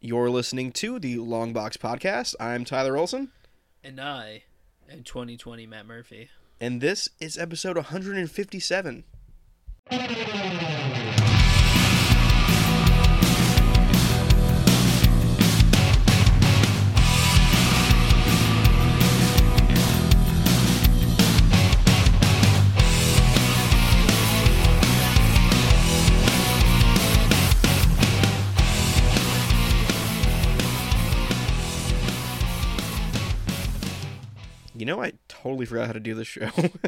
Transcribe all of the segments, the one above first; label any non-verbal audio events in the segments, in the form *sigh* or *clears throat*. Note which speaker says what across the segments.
Speaker 1: You're listening to the Long Box Podcast. I'm Tyler Olson,
Speaker 2: And I am 2020 Matt Murphy.
Speaker 1: and this is episode 157. You know, I totally forgot how to do this show.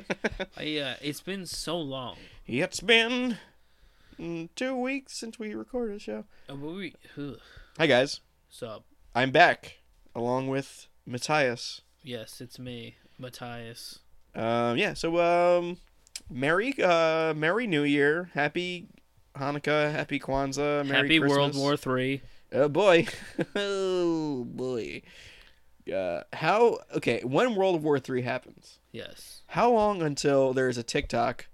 Speaker 1: *laughs*
Speaker 2: I, uh, it's been so long.
Speaker 1: it's been mm, two weeks since we recorded a show.
Speaker 2: Uh, but we, ugh.
Speaker 1: Hi, guys.
Speaker 2: So,
Speaker 1: I'm back along with Matthias.
Speaker 2: yes, it's me, Matthias.
Speaker 1: Um, yeah, so um, Merry uh, Merry New Year, Happy Hanukkah, Happy Kwanzaa, Merry
Speaker 2: Happy World
Speaker 1: Christmas.
Speaker 2: War Three.
Speaker 1: Oh boy, *laughs* oh boy. Uh, how okay? When World War Three happens,
Speaker 2: Yes.
Speaker 1: how long until there is a TikTok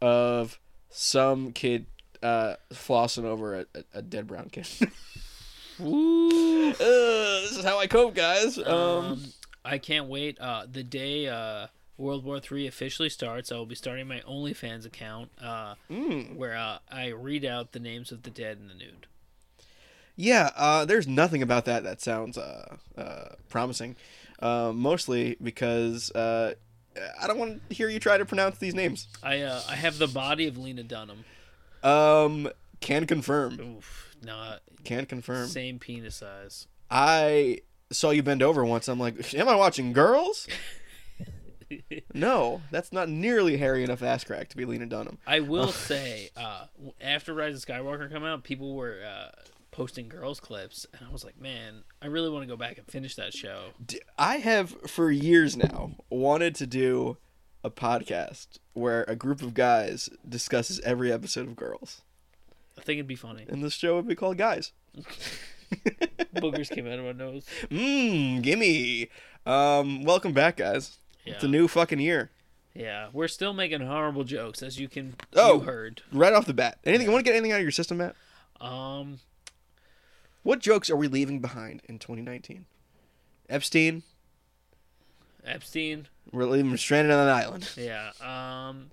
Speaker 1: of some kid uh, flossing over a, a, a dead brown kid? *laughs*
Speaker 2: Woo!
Speaker 1: uh, this is how I cope, guys. Um,
Speaker 2: Um, I can't wait. Uh, the day uh, World War Three officially starts, I will be starting my OnlyFans account, uh,
Speaker 1: mm.
Speaker 2: where uh, I read out the names of the dead and the nude.
Speaker 1: Yeah, uh, there's nothing about that that sounds uh, uh, promising. Uh, mostly because uh, I don't want to hear you try to pronounce these names.
Speaker 2: I uh, I have the body of Lena Dunham.
Speaker 1: Um, can confirm.
Speaker 2: Oof, not
Speaker 1: Can confirm.
Speaker 2: same penis size.
Speaker 1: I saw you bend over once. I'm like, am I watching girls? no, that's not nearly hairy enough ass crack to be Lena Dunham.
Speaker 2: I will say, uh, w- after Rise of Skywalker come out, people were uh, posting girls clips, and I was like, man, I really want to go back and finish that show.
Speaker 1: D- I have for years now wanted to do a podcast where a group of guys discusses every episode of Girls.
Speaker 2: I think it'd be funny.
Speaker 1: and this show would be called Guys.
Speaker 2: *laughs* Boogers came out of my nose.
Speaker 1: Mmm, gimme. Um, welcome back, guys. It's a
Speaker 2: Yeah.
Speaker 1: new fucking year.
Speaker 2: Yeah, we're still making horrible jokes, as you can
Speaker 1: Oh.
Speaker 2: you heard.
Speaker 1: Right off the bat. Anything you want to get anything out of your system, Matt?
Speaker 2: Um,
Speaker 1: What jokes are we leaving behind in 2019? Epstein,
Speaker 2: Epstein.
Speaker 1: we're leaving him stranded on an island.
Speaker 2: Yeah. Um,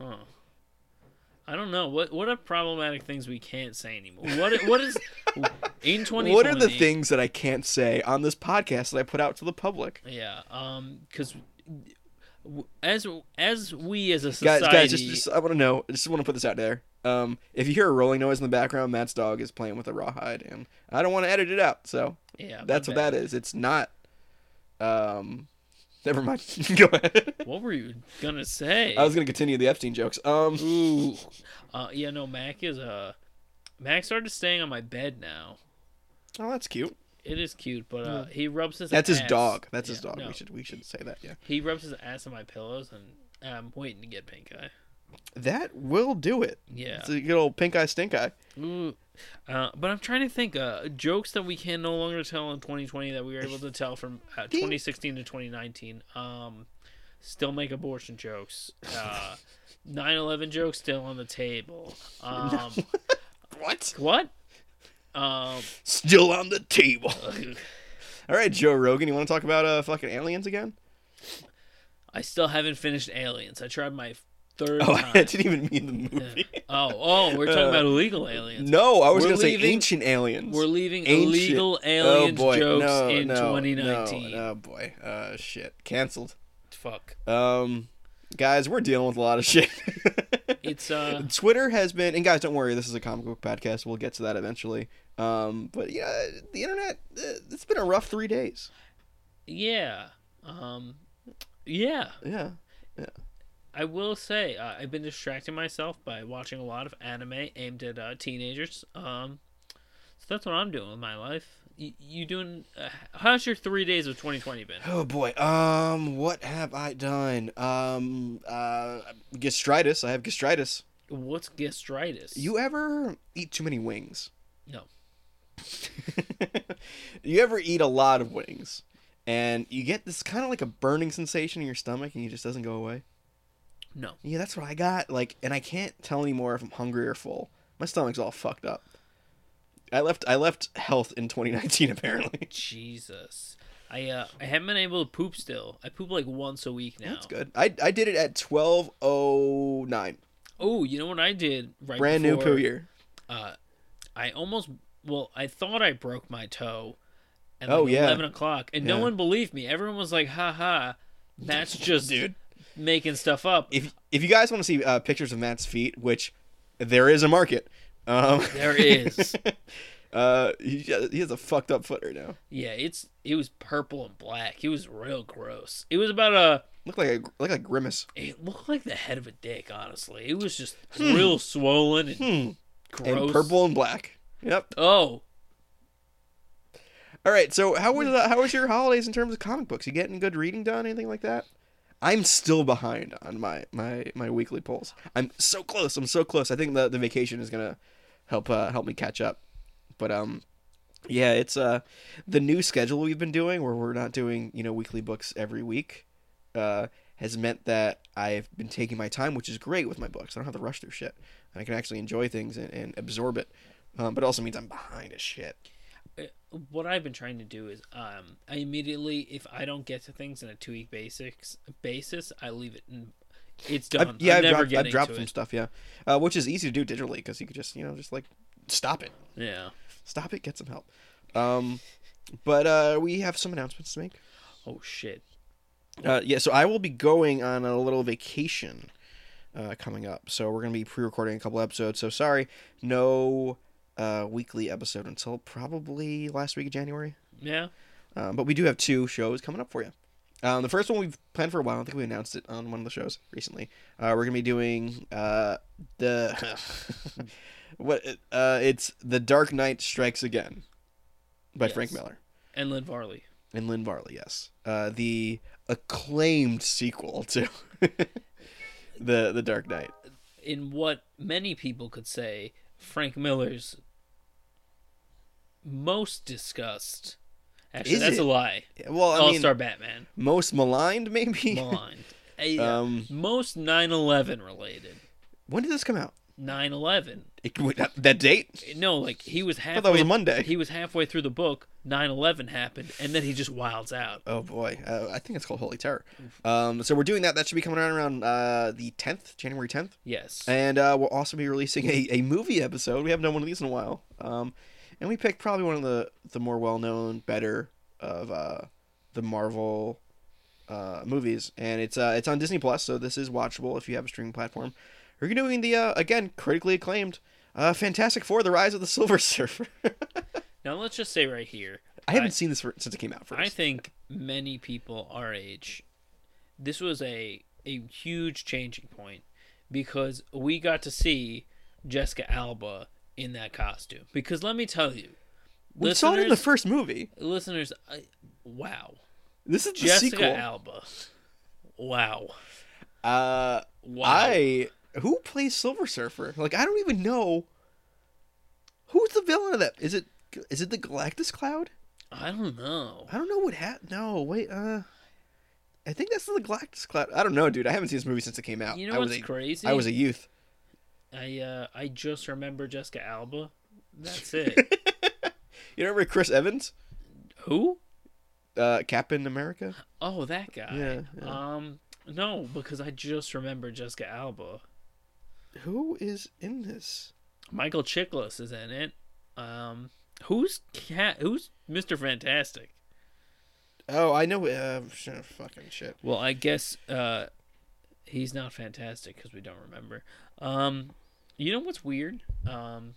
Speaker 2: huh. I don't know what what are problematic things we can't say anymore. What what *laughs* is in twenty?
Speaker 1: What are the things that I can't say on this podcast that I put out to the public?
Speaker 2: Yeah, um, because as as we as a
Speaker 1: Guys,
Speaker 2: society,
Speaker 1: guys, just, just I want to know. I just want to put this out there. Um, if you hear a rolling noise in the background, Matt's dog is playing with a rawhide, and I don't want to edit it out. So
Speaker 2: yeah,
Speaker 1: That's what that is. It's not. Um, *laughs* never mind. *laughs* Go ahead.
Speaker 2: What were you gonna say?
Speaker 1: I was gonna continue the Epstein jokes. Um,
Speaker 2: Ooh, uh, yeah, no, Mac is uh, Mac started staying on my bed now.
Speaker 1: oh, that's cute.
Speaker 2: It is cute, but uh, he rubs his.
Speaker 1: Mm. That's his
Speaker 2: ass-
Speaker 1: dog. That's his
Speaker 2: yeah,
Speaker 1: dog.
Speaker 2: no,
Speaker 1: We should we should say that. Yeah.
Speaker 2: He rubs his ass on my pillows, and I'm waiting to get pink eye.
Speaker 1: That will do it.
Speaker 2: Yeah.
Speaker 1: It's a good old pink eye, stink eye.
Speaker 2: Ooh. Uh, but I'm trying to think uh, jokes that we can no longer tell in 2020 that we were able to tell from uh,
Speaker 1: *laughs*
Speaker 2: 2016 to 2019. Um, still make abortion jokes. Uh, 9/11 jokes still on the table.
Speaker 1: *laughs*
Speaker 2: Um,
Speaker 1: What?
Speaker 2: what? Um,
Speaker 1: Still on the table. All right, Joe Rogan. You want to talk about uh fucking aliens again?
Speaker 2: I still haven't finished Aliens. I tried my third
Speaker 1: *laughs* Oh, I
Speaker 2: time.
Speaker 1: didn't even mean the movie.
Speaker 2: oh, oh, we're talking
Speaker 1: Uh,
Speaker 2: about illegal aliens.
Speaker 1: No, I was
Speaker 2: We're
Speaker 1: gonna say
Speaker 2: leaving-
Speaker 1: ancient aliens.
Speaker 2: we're leaving
Speaker 1: Ancient-
Speaker 2: illegal
Speaker 1: oh
Speaker 2: aliens
Speaker 1: boy,
Speaker 2: jokes
Speaker 1: no,
Speaker 2: in
Speaker 1: no,
Speaker 2: 2019.
Speaker 1: No, oh boy, uh, shit, canceled.
Speaker 2: Fuck.
Speaker 1: Um, guys, we're dealing with a lot of *laughs* shit.
Speaker 2: It's uh.
Speaker 1: Twitter has been, and guys, don't worry, this is a comic book podcast. We'll get to that eventually. Um, but yeah, the internet, uh, it's been a rough three days.
Speaker 2: Yeah. Um yeah,
Speaker 1: Yeah.
Speaker 2: I will say uh, I've been distracting myself by watching a lot of anime aimed at uh, teenagers. Um so that's what I'm doing with my life. You, you doing uh, how's your 3 days of 2020 been?
Speaker 1: Oh boy. Um, what have I done? Um, uh, gastritis. I have gastritis.
Speaker 2: What's gastritis?
Speaker 1: You ever eat too many wings?
Speaker 2: No.
Speaker 1: *laughs* you ever eat a lot of wings, and you get this kind of like a burning sensation in your stomach, and it just doesn't go away?
Speaker 2: No.
Speaker 1: Yeah, that's what I got. Like, and I can't tell anymore if I'm hungry or full. My stomach's all fucked up. I left I left health in 2019 *laughs* apparently.
Speaker 2: Jesus. I uh, I haven't been able to poop still. I poop like once a week now.
Speaker 1: That's good. I, I did it at 1209.
Speaker 2: Oh, you know what I did right
Speaker 1: Brand new
Speaker 2: before-
Speaker 1: poo year.
Speaker 2: uh, I almost well, I thought I broke my toe at like
Speaker 1: Oh, yeah.
Speaker 2: eleven o'clock, and no
Speaker 1: Yeah.
Speaker 2: one believed me. Everyone was like, "Ha ha,
Speaker 1: *laughs*
Speaker 2: Matt's just
Speaker 1: Dude.
Speaker 2: making stuff up."
Speaker 1: If if you guys want to see uh, pictures of Matt's feet, which there is a market. Um
Speaker 2: There is.
Speaker 1: *laughs* uh he, he has a fucked up foot right now.
Speaker 2: yeah, it's it was purple and black. It was real gross. It was about a.
Speaker 1: Look like a look like grimace.
Speaker 2: It looked like the head of a dick. Honestly, it was just real swollen and
Speaker 1: Hmm.
Speaker 2: gross.
Speaker 1: And purple and black. Yep.
Speaker 2: Oh,
Speaker 1: All right. So how was uh, how was your holidays in terms of comic books? You getting good reading done? Anything like that? I'm still behind on my my my weekly polls. I'm so close. I'm so close. I think the the vacation is gonna help uh, help me catch up. But um, yeah, it's uh the new schedule we've been doing where we're not doing you know weekly books every week. Uh, has meant that I've been taking my time, which is great with my books. I don't have to rush through shit, and I can actually enjoy things and, and absorb it. Um, but it also means I'm behind as shit.
Speaker 2: eh, what I've been trying to do is um I immediately if I don't get to things in a two week basics basis I leave it and it's done.
Speaker 1: I've, yeah,
Speaker 2: I'm
Speaker 1: I've
Speaker 2: never
Speaker 1: dropped,
Speaker 2: getting
Speaker 1: I've dropped
Speaker 2: to
Speaker 1: some
Speaker 2: it.
Speaker 1: stuff, yeah, uh, which is easy to do digitally because you could just, you know, just like stop it,
Speaker 2: Yeah.
Speaker 1: stop it, get some help. Um, but uh, we have some announcements to make.
Speaker 2: Oh shit.
Speaker 1: Uh, yeah, so I will be going on a little vacation uh, coming up, so we're gonna be pre-recording a couple episodes. So sorry, no uh, weekly episode until probably last week of January.
Speaker 2: Yeah.
Speaker 1: Um, but we do have two shows coming up for you. Um, the first one we've planned for a while. I think we announced it on one of the shows recently. Uh, we're gonna be doing uh, the *laughs* what? Uh, it's the Dark Knight Strikes Again by Frank
Speaker 2: Yes.
Speaker 1: Miller
Speaker 2: And Lynn Varley.
Speaker 1: and Lynn Varley. Yes, uh, the acclaimed sequel *laughs* to the the Dark Knight.
Speaker 2: In what many people could say Frank Miller's most discussed. Actually,
Speaker 1: Is
Speaker 2: that's
Speaker 1: it?
Speaker 2: a lie.
Speaker 1: Well, I
Speaker 2: All
Speaker 1: mean, *laughs*
Speaker 2: Star Batman.
Speaker 1: most maligned maybe.
Speaker 2: Maligned. Yeah.
Speaker 1: Um,
Speaker 2: most 9/11 related.
Speaker 1: *laughs* when did this come out?
Speaker 2: 9/11.
Speaker 1: It, wait, that, that date?
Speaker 2: No, like he was halfway.
Speaker 1: I thought that was a Monday.
Speaker 2: He was halfway through the book. 9-11 happened, and then he just wilds out.
Speaker 1: Oh boy, uh, I think it's called Holy Terror. Um, so we're doing that. That should be coming out around uh, the tenth, January tenth,
Speaker 2: Yes.
Speaker 1: and uh, we'll also be releasing a, a movie episode. We haven't done one of these in a while, um, and we picked probably one of the the more well known, better of uh, the Marvel uh, movies, and it's uh, it's on Disney Plus, so this is watchable if you have a streaming platform. We're doing the uh, again critically acclaimed uh, Fantastic Four: The Rise of the Silver *laughs* Surfer.
Speaker 2: now let's just say right here,
Speaker 1: I haven't seen this for, since it came out first.
Speaker 2: I think many people our age, this was a a huge changing point because we got to see Jessica Alba in that costume. Because let me tell you,
Speaker 1: we saw it in the
Speaker 2: listeners-
Speaker 1: first movie.
Speaker 2: listeners, I, wow,
Speaker 1: This is the
Speaker 2: Jessica
Speaker 1: sequel.
Speaker 2: Alba, wow,
Speaker 1: Uh,
Speaker 2: wow.
Speaker 1: I who plays Silver Surfer? Like I don't even know who's the villain of that. Is it is it the Galactus Cloud?
Speaker 2: I don't know.
Speaker 1: I don't know what happened. No, wait. Uh, I think that's the Galactus Cloud. I don't know, dude. I haven't seen this movie since it came out.
Speaker 2: You know
Speaker 1: I
Speaker 2: what's
Speaker 1: was a,
Speaker 2: crazy?
Speaker 1: I was a youth. *laughs*
Speaker 2: I uh, I just remember Jessica Alba.
Speaker 1: *laughs*
Speaker 2: That's it.
Speaker 1: You remember Chris Evans,
Speaker 2: Who?
Speaker 1: uh, Captain America?
Speaker 2: Oh, that guy.
Speaker 1: Yeah, yeah.
Speaker 2: Um, no, because I just remember Jessica Alba.
Speaker 1: Who is in this?
Speaker 2: Michael Chiklis is in it. Um, who's cat? Who's Mister Fantastic?
Speaker 1: Oh, I know. Uh, sh- fucking shit.
Speaker 2: Well, I guess uh, he's not fantastic because we don't remember. Um, you know what's weird? Um,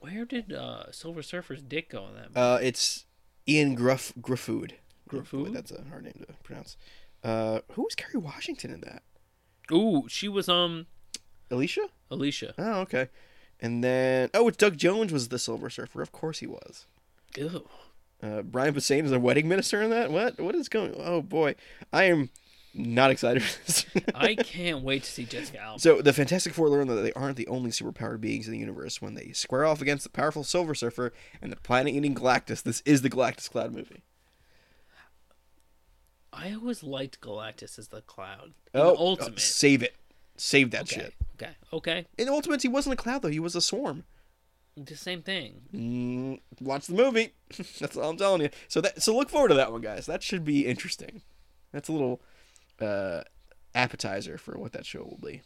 Speaker 2: where did uh, Silver Surfer's dick go in that? movie?
Speaker 1: Uh, it's Ian Gruff Gruffood.
Speaker 2: Gruffudd?
Speaker 1: That's a hard name to pronounce. Uh, who was Kerry Washington in that?
Speaker 2: Ooh, she was um
Speaker 1: Alicia?
Speaker 2: Alicia.
Speaker 1: Oh, okay. And then oh, it's Doug Jones was the Silver Surfer. Of course he was.
Speaker 2: Ew.
Speaker 1: Uh, Brian Posehn is a wedding minister in that. What? What is going? Oh boy, I am not excited for this. *laughs*
Speaker 2: I can't wait to see Jessica Alba.
Speaker 1: so the Fantastic Four learn that they aren't the only superpowered beings in the universe when they square off against the powerful Silver Surfer and the planet-eating Galactus. This is the Galactus Cloud movie.
Speaker 2: I always liked Galactus as the cloud. In
Speaker 1: Oh,
Speaker 2: the ultimate.
Speaker 1: oh, save it, save that
Speaker 2: okay.
Speaker 1: shit.
Speaker 2: okay. Okay.
Speaker 1: In the Ultimates, he wasn't a cloud though. He was a swarm.
Speaker 2: The same thing.
Speaker 1: Mm, watch the movie. *laughs* That's all I'm telling you. So that so look forward to that one, guys. That should be interesting. That's a little uh, appetizer for what that show will be.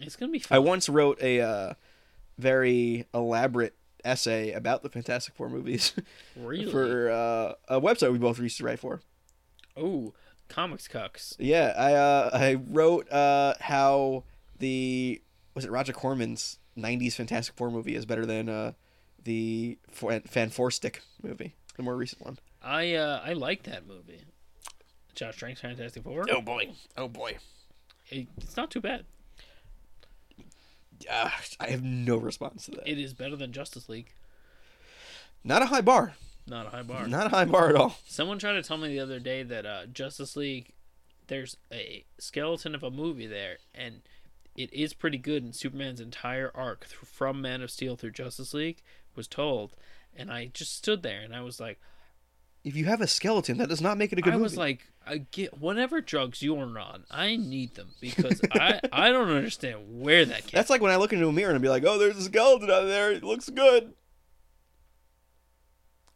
Speaker 2: It's gonna be
Speaker 1: I
Speaker 2: fun.
Speaker 1: once wrote a uh, very elaborate essay about the Fantastic Four movies *laughs*
Speaker 2: really.
Speaker 1: for uh, a website we both used to write for.
Speaker 2: Oh, comics cucks.
Speaker 1: Yeah, I uh, I wrote uh, how the was it Roger Corman's '90s Fantastic Four movie is better than uh, the Fan Four Stick movie, the more recent one.
Speaker 2: I uh, I like that movie. Josh Trank's Fantastic Four.
Speaker 1: boy! Oh boy!
Speaker 2: It- it's not too bad.
Speaker 1: Uh, I have no response to that.
Speaker 2: It is better than Justice League.
Speaker 1: Not a high bar.
Speaker 2: Not a high bar.
Speaker 1: Not a high bar at all.
Speaker 2: Someone tried to tell me the other day that uh, Justice League, there's a skeleton of a movie there, and it is pretty good. And Superman's entire arc through, from Man of Steel through Justice League was told, and I just stood there and I was like,
Speaker 1: If you have a skeleton, that does not make it a good
Speaker 2: I
Speaker 1: movie.
Speaker 2: was like, I get whatever drugs you're on, I need them because I I don't understand where that came.
Speaker 1: That's like when I look into a mirror and be like, "Oh, there's a skeleton out there. It looks good.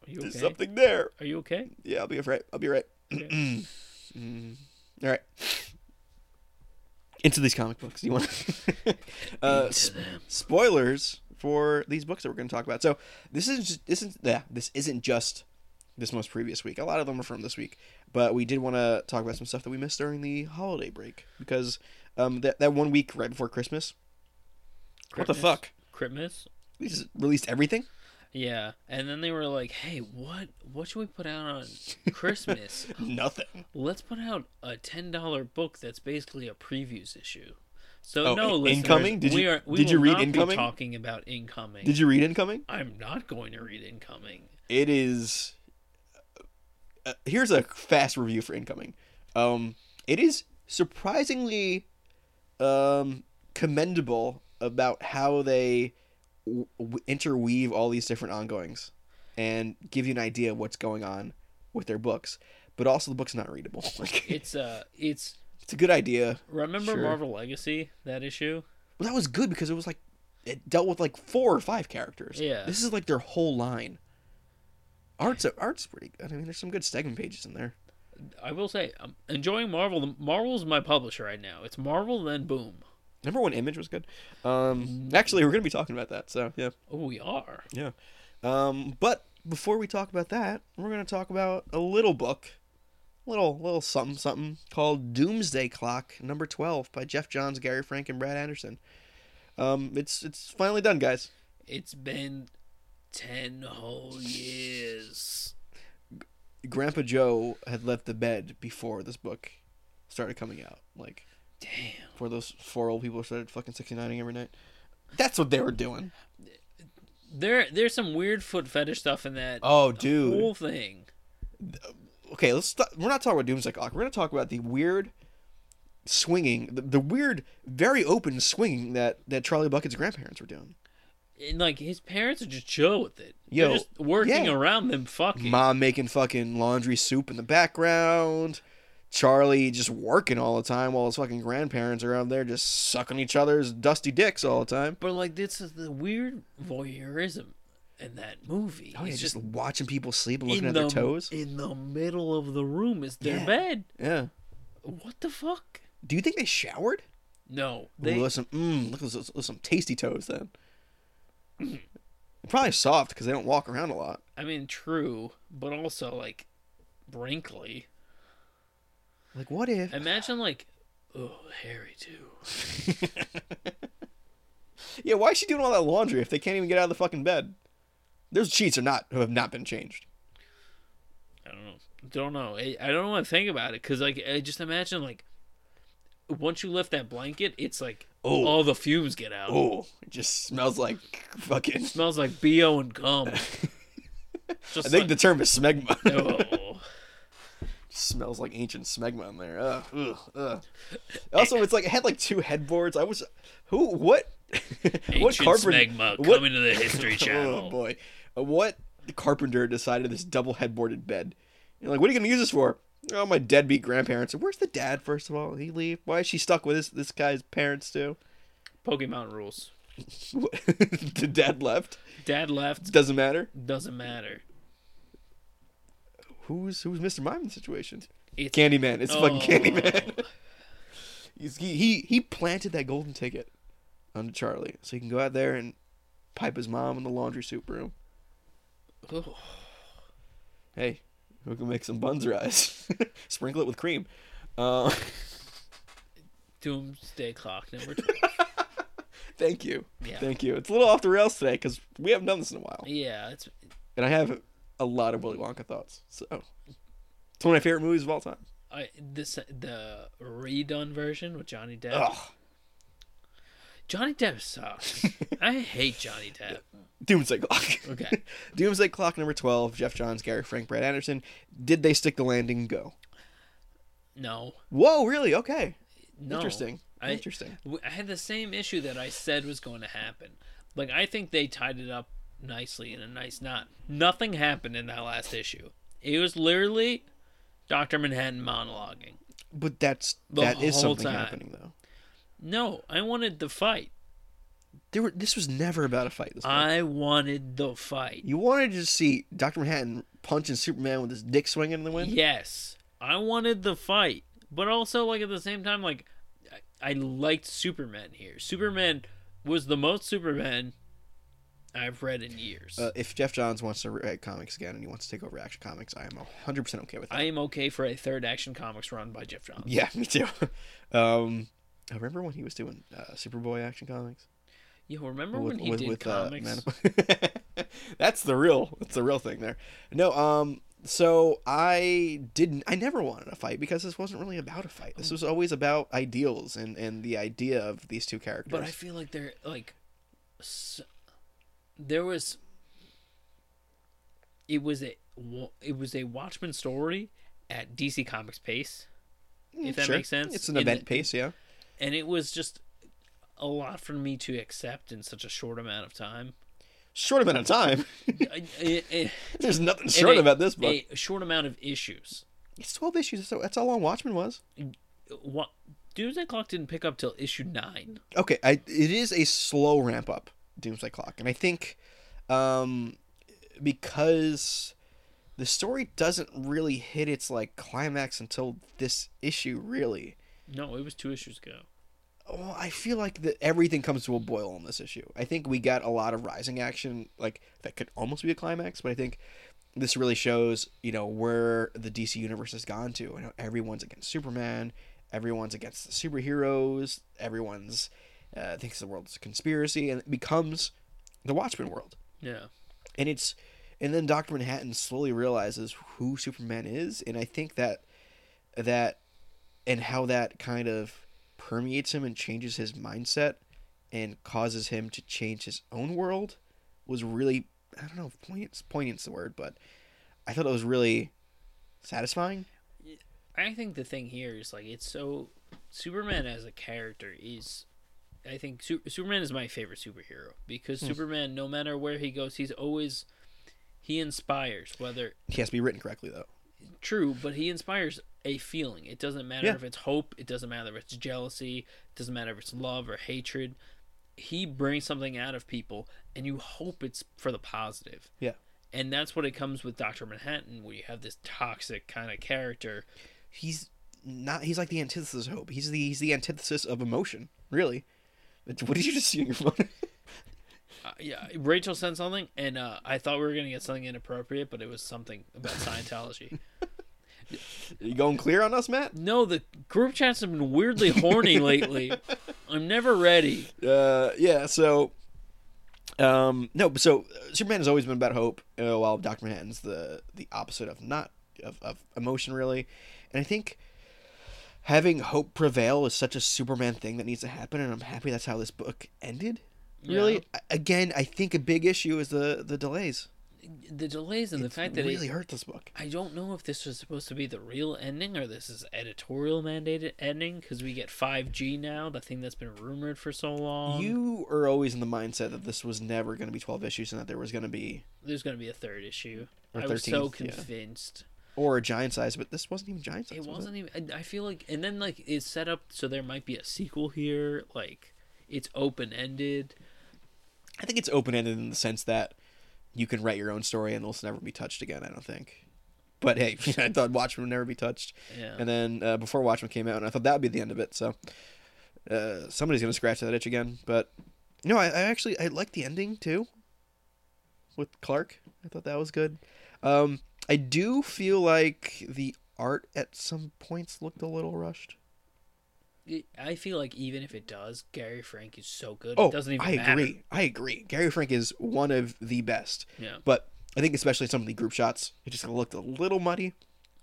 Speaker 2: Are you
Speaker 1: There's
Speaker 2: okay?
Speaker 1: something there."
Speaker 2: Are
Speaker 1: *clears throat*
Speaker 2: you okay?
Speaker 1: Yeah, I'll be right. I'll be right.
Speaker 2: Okay.
Speaker 1: Mm. All right. Into these comic books. You want? *laughs* uh, s- spoilers for these books that we're going to talk about. So this is just, this is yeah this isn't just this most previous week. A lot of them are from this week, but we did want to talk about some stuff that we missed during the holiday break because um that that one week right before Christmas. What the
Speaker 2: Christmas?
Speaker 1: fuck?
Speaker 2: Christmas.
Speaker 1: We just released everything.
Speaker 2: Yeah, and then they were like, "Hey, what what should we put out on
Speaker 1: *laughs*
Speaker 2: Christmas?
Speaker 1: Nothing.
Speaker 2: Let's put out a ten dollar book that's basically a previews issue." So
Speaker 1: Oh,
Speaker 2: no,
Speaker 1: in-
Speaker 2: listeners,
Speaker 1: incoming? Did
Speaker 2: we
Speaker 1: you-
Speaker 2: are, we
Speaker 1: did you
Speaker 2: will
Speaker 1: read
Speaker 2: not be
Speaker 1: incoming?
Speaker 2: talking about incoming.
Speaker 1: Did you read incoming?
Speaker 2: I'm not going to read incoming.
Speaker 1: *laughs* it is uh, here's a fast review for incoming um it is surprisingly um commendable about how they w- w- interweave all these different ongoings and give you an idea of what's going on with their books but also the book's not readable *laughs* like
Speaker 2: It's uh, it's
Speaker 1: it's a good idea
Speaker 2: remember
Speaker 1: Sure.
Speaker 2: Marvel Legacy that issue?
Speaker 1: well that was good because it was like it dealt with like four or five characters
Speaker 2: Yeah.
Speaker 1: this is like their whole line art's art's pretty good i mean there's some good segment pages in there
Speaker 2: I will say I'm enjoying Marvel. Marvel's my publisher right now. It's Marvel then Boom.
Speaker 1: Number one image was good. Um, actually, we're gonna be talking about that. So yeah,
Speaker 2: Oh, we are.
Speaker 1: yeah. Um, but before we talk about that, we're gonna talk about a little book, little little something something called Doomsday Clock number twelve by Jeff Johns, Gary Frank, and Brad Anderson. Um, it's it's finally done, guys.
Speaker 2: It's been ten whole years.
Speaker 1: Grandpa Joe had left the bed before this book started coming out. Like
Speaker 2: Damn.
Speaker 1: before those four old people started fucking sixty nining every night. That's what they were doing.
Speaker 2: There, there's some weird foot fetish stuff in that
Speaker 1: Oh, dude.
Speaker 2: whole thing.
Speaker 1: okay, let's. St- we're not talking about Doomsday Clock. We're gonna talk about the weird swinging, the, the weird, very open swinging that that Charlie Bucket's grandparents were doing.
Speaker 2: And like his parents are just chill with it.
Speaker 1: Yo,
Speaker 2: They're just working
Speaker 1: yeah.
Speaker 2: around them fucking.
Speaker 1: Mom making fucking laundry soup in the background. Charlie just working all the time while his fucking grandparents are out there just sucking each other's dusty dicks all the time.
Speaker 2: but like this is the weird voyeurism in that movie.
Speaker 1: Oh, yeah,
Speaker 2: it's
Speaker 1: just,
Speaker 2: just
Speaker 1: watching people sleep and looking
Speaker 2: in
Speaker 1: at
Speaker 2: the
Speaker 1: their toes.
Speaker 2: in the middle of the room is their
Speaker 1: Yeah.
Speaker 2: bed.
Speaker 1: yeah.
Speaker 2: What the fuck?
Speaker 1: Do you think they showered? Ooh,
Speaker 2: No, they
Speaker 1: those some, mm, look, at those, those some tasty toes then. *clears throat* Probably soft because they don't walk around a lot.
Speaker 2: I mean, true, but also like wrinkly.
Speaker 1: Like, what if?
Speaker 2: Imagine like, oh, hairy too.
Speaker 1: Yeah, why is she doing all that laundry if they can't even get out of the fucking bed? Those sheets are not have not been changed.
Speaker 2: I don't know. Don't know. I, I don't want to think about it because, like, I just imagine like once you lift that blanket, it's like
Speaker 1: Oh.
Speaker 2: all the fumes get out.
Speaker 1: Oh, it just smells like fucking.
Speaker 2: smells like bo and
Speaker 1: *laughs*
Speaker 2: gum. just
Speaker 1: I think the term is smegma.
Speaker 2: like,
Speaker 1: *laughs*
Speaker 2: oh.
Speaker 1: smells like ancient smegma in there. Ugh, ugh, ugh. Also, it's like it had like two headboards. I was who what *laughs* what
Speaker 2: Ancient smegma
Speaker 1: what-
Speaker 2: coming to
Speaker 1: *laughs*
Speaker 2: the History
Speaker 1: Oh
Speaker 2: Channel.
Speaker 1: boy, Uh, what carpenter decided this double headboarded bed? You're like, what are you gonna use this for? Oh, my deadbeat grandparents. Where's the dad? First of all, Did he leave. Why is she stuck with this this guy's parents too?
Speaker 2: Pokemon rules.
Speaker 1: *laughs* the dad left.
Speaker 2: Dad left.
Speaker 1: Doesn't matter.
Speaker 2: Doesn't matter.
Speaker 1: Who's who's Mr. Mime in the situation?
Speaker 2: It's
Speaker 1: Candyman. It's fucking
Speaker 2: Oh.
Speaker 1: Candyman. *laughs* He's, he, he he planted that golden ticket onto Charlie, so he can go out there and pipe his mom in the laundry soup room.
Speaker 2: Ugh.
Speaker 1: Hey, we can make some buns rise. *laughs* Sprinkle it with cream. Uh, *laughs*
Speaker 2: Doomsday clock
Speaker 1: *laughs*
Speaker 2: number 12.
Speaker 1: thank you.
Speaker 2: Yeah.
Speaker 1: Thank you. It's a little off the rails today because we haven't done this in a while.
Speaker 2: yeah, it's
Speaker 1: And I have a lot of Willy Wonka thoughts. So it's one of my favorite movies of all time.
Speaker 2: I, this the redone version with Johnny Depp.
Speaker 1: Ugh.
Speaker 2: Johnny Depp sucks. I hate Johnny Depp.
Speaker 1: Doomsday Clock.
Speaker 2: Okay.
Speaker 1: *laughs* Doomsday Clock number 12, Jeff Johns, Gary Frank, Brad Anderson. Did they stick the landing and go?
Speaker 2: No.
Speaker 1: Whoa, really? Okay.
Speaker 2: No.
Speaker 1: Interesting.
Speaker 2: I-
Speaker 1: Interesting.
Speaker 2: W- I had the same issue that I said was going to happen. Like I think they tied it up nicely in a nice knot. Nothing happened in that last issue. It was literally Doctor Manhattan monologuing.
Speaker 1: But that's
Speaker 2: The
Speaker 1: that is
Speaker 2: whole
Speaker 1: something
Speaker 2: time.
Speaker 1: happening though.
Speaker 2: No, I wanted the fight.
Speaker 1: There were, this was never about a fight this time.
Speaker 2: I wanted the fight.
Speaker 1: You wanted to see Dr. Manhattan punching Superman with his dick swinging in the wind?
Speaker 2: Yes, I wanted the fight, but also like at the same time, like I, I liked Superman here. Superman was the most Superman I've read in years.
Speaker 1: Uh, if Jeff Johns wants to write comics again and he wants to take over Action Comics, I am 100% okay with that.
Speaker 2: I am okay for a third Action Comics run by Jeff Johns.
Speaker 1: Yeah, *laughs* me too. um, I remember when he was doing uh, Superboy Action Comics.
Speaker 2: You remember when he did
Speaker 1: uh,
Speaker 2: comics?
Speaker 1: Manip- *laughs* that's the real. That's the real thing there. No, um. So I didn't. I never wanted a fight because this wasn't really about a fight.
Speaker 2: Oh.
Speaker 1: This was always about ideals and and the idea of these two characters.
Speaker 2: but I feel like there, like, s there was. It was a wa- it was a Watchmen story at DC Comics pace,
Speaker 1: Mm,
Speaker 2: if that makes sense,
Speaker 1: it's an
Speaker 2: in the-
Speaker 1: event pace. Yeah.
Speaker 2: and it was just a lot for me to accept in such a short amount of time.
Speaker 1: Short amount of time.
Speaker 2: *laughs*
Speaker 1: *laughs*
Speaker 2: I- I- I-
Speaker 1: There's nothing
Speaker 2: and
Speaker 1: short
Speaker 2: a-
Speaker 1: about this book.
Speaker 2: A short amount of issues.
Speaker 1: It's twelve issues. So that's how long Watchmen was.
Speaker 2: What Doomsday Clock didn't pick up till issue nine.
Speaker 1: Okay, I it is a slow ramp up Doomsday Clock, and I think um, because the story doesn't really hit its like climax until this issue really.
Speaker 2: No, it was two issues ago.
Speaker 1: Well, I feel like that everything comes to a boil on this issue. I think we got a lot of rising action, like that could almost be a climax, but I think this really shows, you know, where the DC universe has gone to. I know everyone's against Superman, everyone's against the superheroes, everyone's uh, thinks the world's a conspiracy, and it becomes the Watchmen world.
Speaker 2: Yeah.
Speaker 1: And it's, and then Doctor Manhattan slowly realizes who Superman is, and I think that that and how that kind of permeates him and changes his mindset and causes him to change his own world was really I don't know if poignant poignant's the word, but I thought it was really satisfying.
Speaker 2: I think the thing here is like it's so Superman as a character is I think Su- Superman is my favorite superhero because
Speaker 1: Hmm.
Speaker 2: Superman no matter where he goes he's always he inspires whether
Speaker 1: He has to be written correctly though.
Speaker 2: true but he inspires a feeling it doesn't matter
Speaker 1: Yeah.
Speaker 2: if it's hope it doesn't matter if it's jealousy it doesn't matter if it's love or hatred he brings something out of people and you hope it's for the positive
Speaker 1: Yeah.
Speaker 2: and that's what it comes with Dr. Manhattan where you have this toxic kind of character
Speaker 1: He's not he's like the antithesis of hope. He's the he's the antithesis of emotion, really. It's- What did you just see on your phone? *laughs*
Speaker 2: Uh, yeah, Rachel sent something, and uh, I thought we were gonna get something inappropriate, but it was something
Speaker 1: *laughs*
Speaker 2: about Scientology.
Speaker 1: you going clear on us, Matt?
Speaker 2: no, the group chats have been
Speaker 1: *laughs*
Speaker 2: weirdly horny lately. I'm never ready.
Speaker 1: uh, yeah, so um, no, but so uh, Superman has always been about hope, uh, while Doctor Manhattan's the the opposite of not of, of emotion really, and I think having hope prevail is such a Superman thing that needs to happen, and I'm happy that's how this book ended. Really,
Speaker 2: Yeah.
Speaker 1: A- again, I think a big issue is the the delays.
Speaker 2: The delays and the fact that it-
Speaker 1: really hurt this book.
Speaker 2: I don't know if this was supposed to be the real ending or this is editorial mandated ending because we get 5G now, the thing that's been rumored for so long.
Speaker 1: you are always in the mindset that this was never going to be 12 issues and that there was going to be
Speaker 2: There's gonna be a third issue.
Speaker 1: Or
Speaker 2: I was so
Speaker 1: 13th, yeah.
Speaker 2: convinced.
Speaker 1: or a giant size, but this wasn't even giant size.
Speaker 2: it
Speaker 1: was
Speaker 2: wasn't even I- i feel like and then like it's set up so there might be a sequel here like it's open ended
Speaker 1: I think it's open ended in the sense that you can write your own story and it'll never be touched again. I don't think. But hey, *laughs* I thought Watchmen would never be touched,
Speaker 2: Yeah.
Speaker 1: and then uh, before Watchmen came out, and I thought that would be the end of it. So uh, somebody's gonna scratch that itch again. But no, I, I actually I like the ending too with Clark. I thought that was good. Um, I do feel like the art at some points looked a little rushed.
Speaker 2: I feel like even if it does, Gary Frank is so good.
Speaker 1: Oh,
Speaker 2: it doesn't even
Speaker 1: I
Speaker 2: matter.
Speaker 1: agree. I agree. Gary Frank is one of the best.
Speaker 2: Yeah.
Speaker 1: But I think especially some of the group shots, it just looked a little muddy.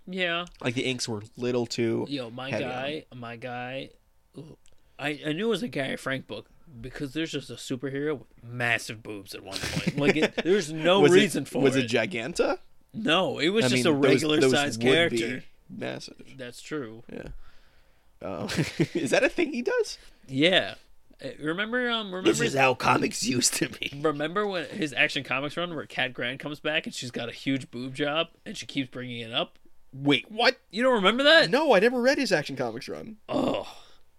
Speaker 2: Yeah.
Speaker 1: Like the inks were a little too.
Speaker 2: Yo, my
Speaker 1: Heavy
Speaker 2: guy, my guy. ooh, I, I knew it was a Gary Frank book because there's just a superhero with massive boobs at one point.
Speaker 1: *laughs*
Speaker 2: Like it, there's no
Speaker 1: was
Speaker 2: reason
Speaker 1: it,
Speaker 2: for
Speaker 1: was
Speaker 2: it.
Speaker 1: it Giganta?
Speaker 2: No, it was
Speaker 1: I
Speaker 2: just
Speaker 1: mean,
Speaker 2: a
Speaker 1: those-
Speaker 2: regular
Speaker 1: those
Speaker 2: sized
Speaker 1: would be
Speaker 2: character.
Speaker 1: Massive.
Speaker 2: That's true.
Speaker 1: Yeah. Oh, *laughs* is that a thing he does?
Speaker 2: Yeah. Uh, Remember um remember
Speaker 1: how comics used to be.
Speaker 2: remember when his action comics run where Cat Grant comes back and she's got a huge boob job and she keeps bringing it up?
Speaker 1: Wait, what?
Speaker 2: You don't remember that?
Speaker 1: No, I never read his action comics run.
Speaker 2: Oh.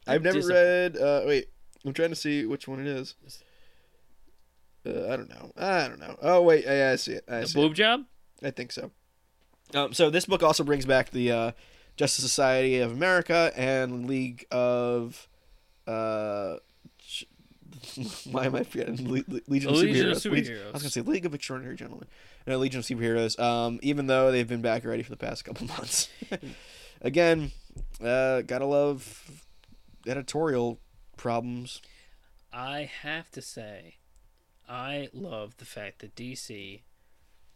Speaker 1: I've never
Speaker 2: Dis-
Speaker 1: read. Uh, wait, I'm trying to see which one it is. Uh, I don't know. I don't know. Oh wait, I, I see it. I
Speaker 2: The
Speaker 1: see it.
Speaker 2: boob job?
Speaker 1: I think so. Um, so this book also brings back the uh, Justice Society of America and League of. Uh, ch- *laughs* why am I forgetting Le- Le- Legion, of
Speaker 2: Legion of
Speaker 1: Superheroes? Leg- I
Speaker 2: Superheroes.
Speaker 1: was gonna say League of Extraordinary Gentlemen. No, Legion of Superheroes. Um, even though they've been back already for the past couple *laughs* months. Again, uh, gotta love editorial problems.
Speaker 2: I have to say, I love the fact that DC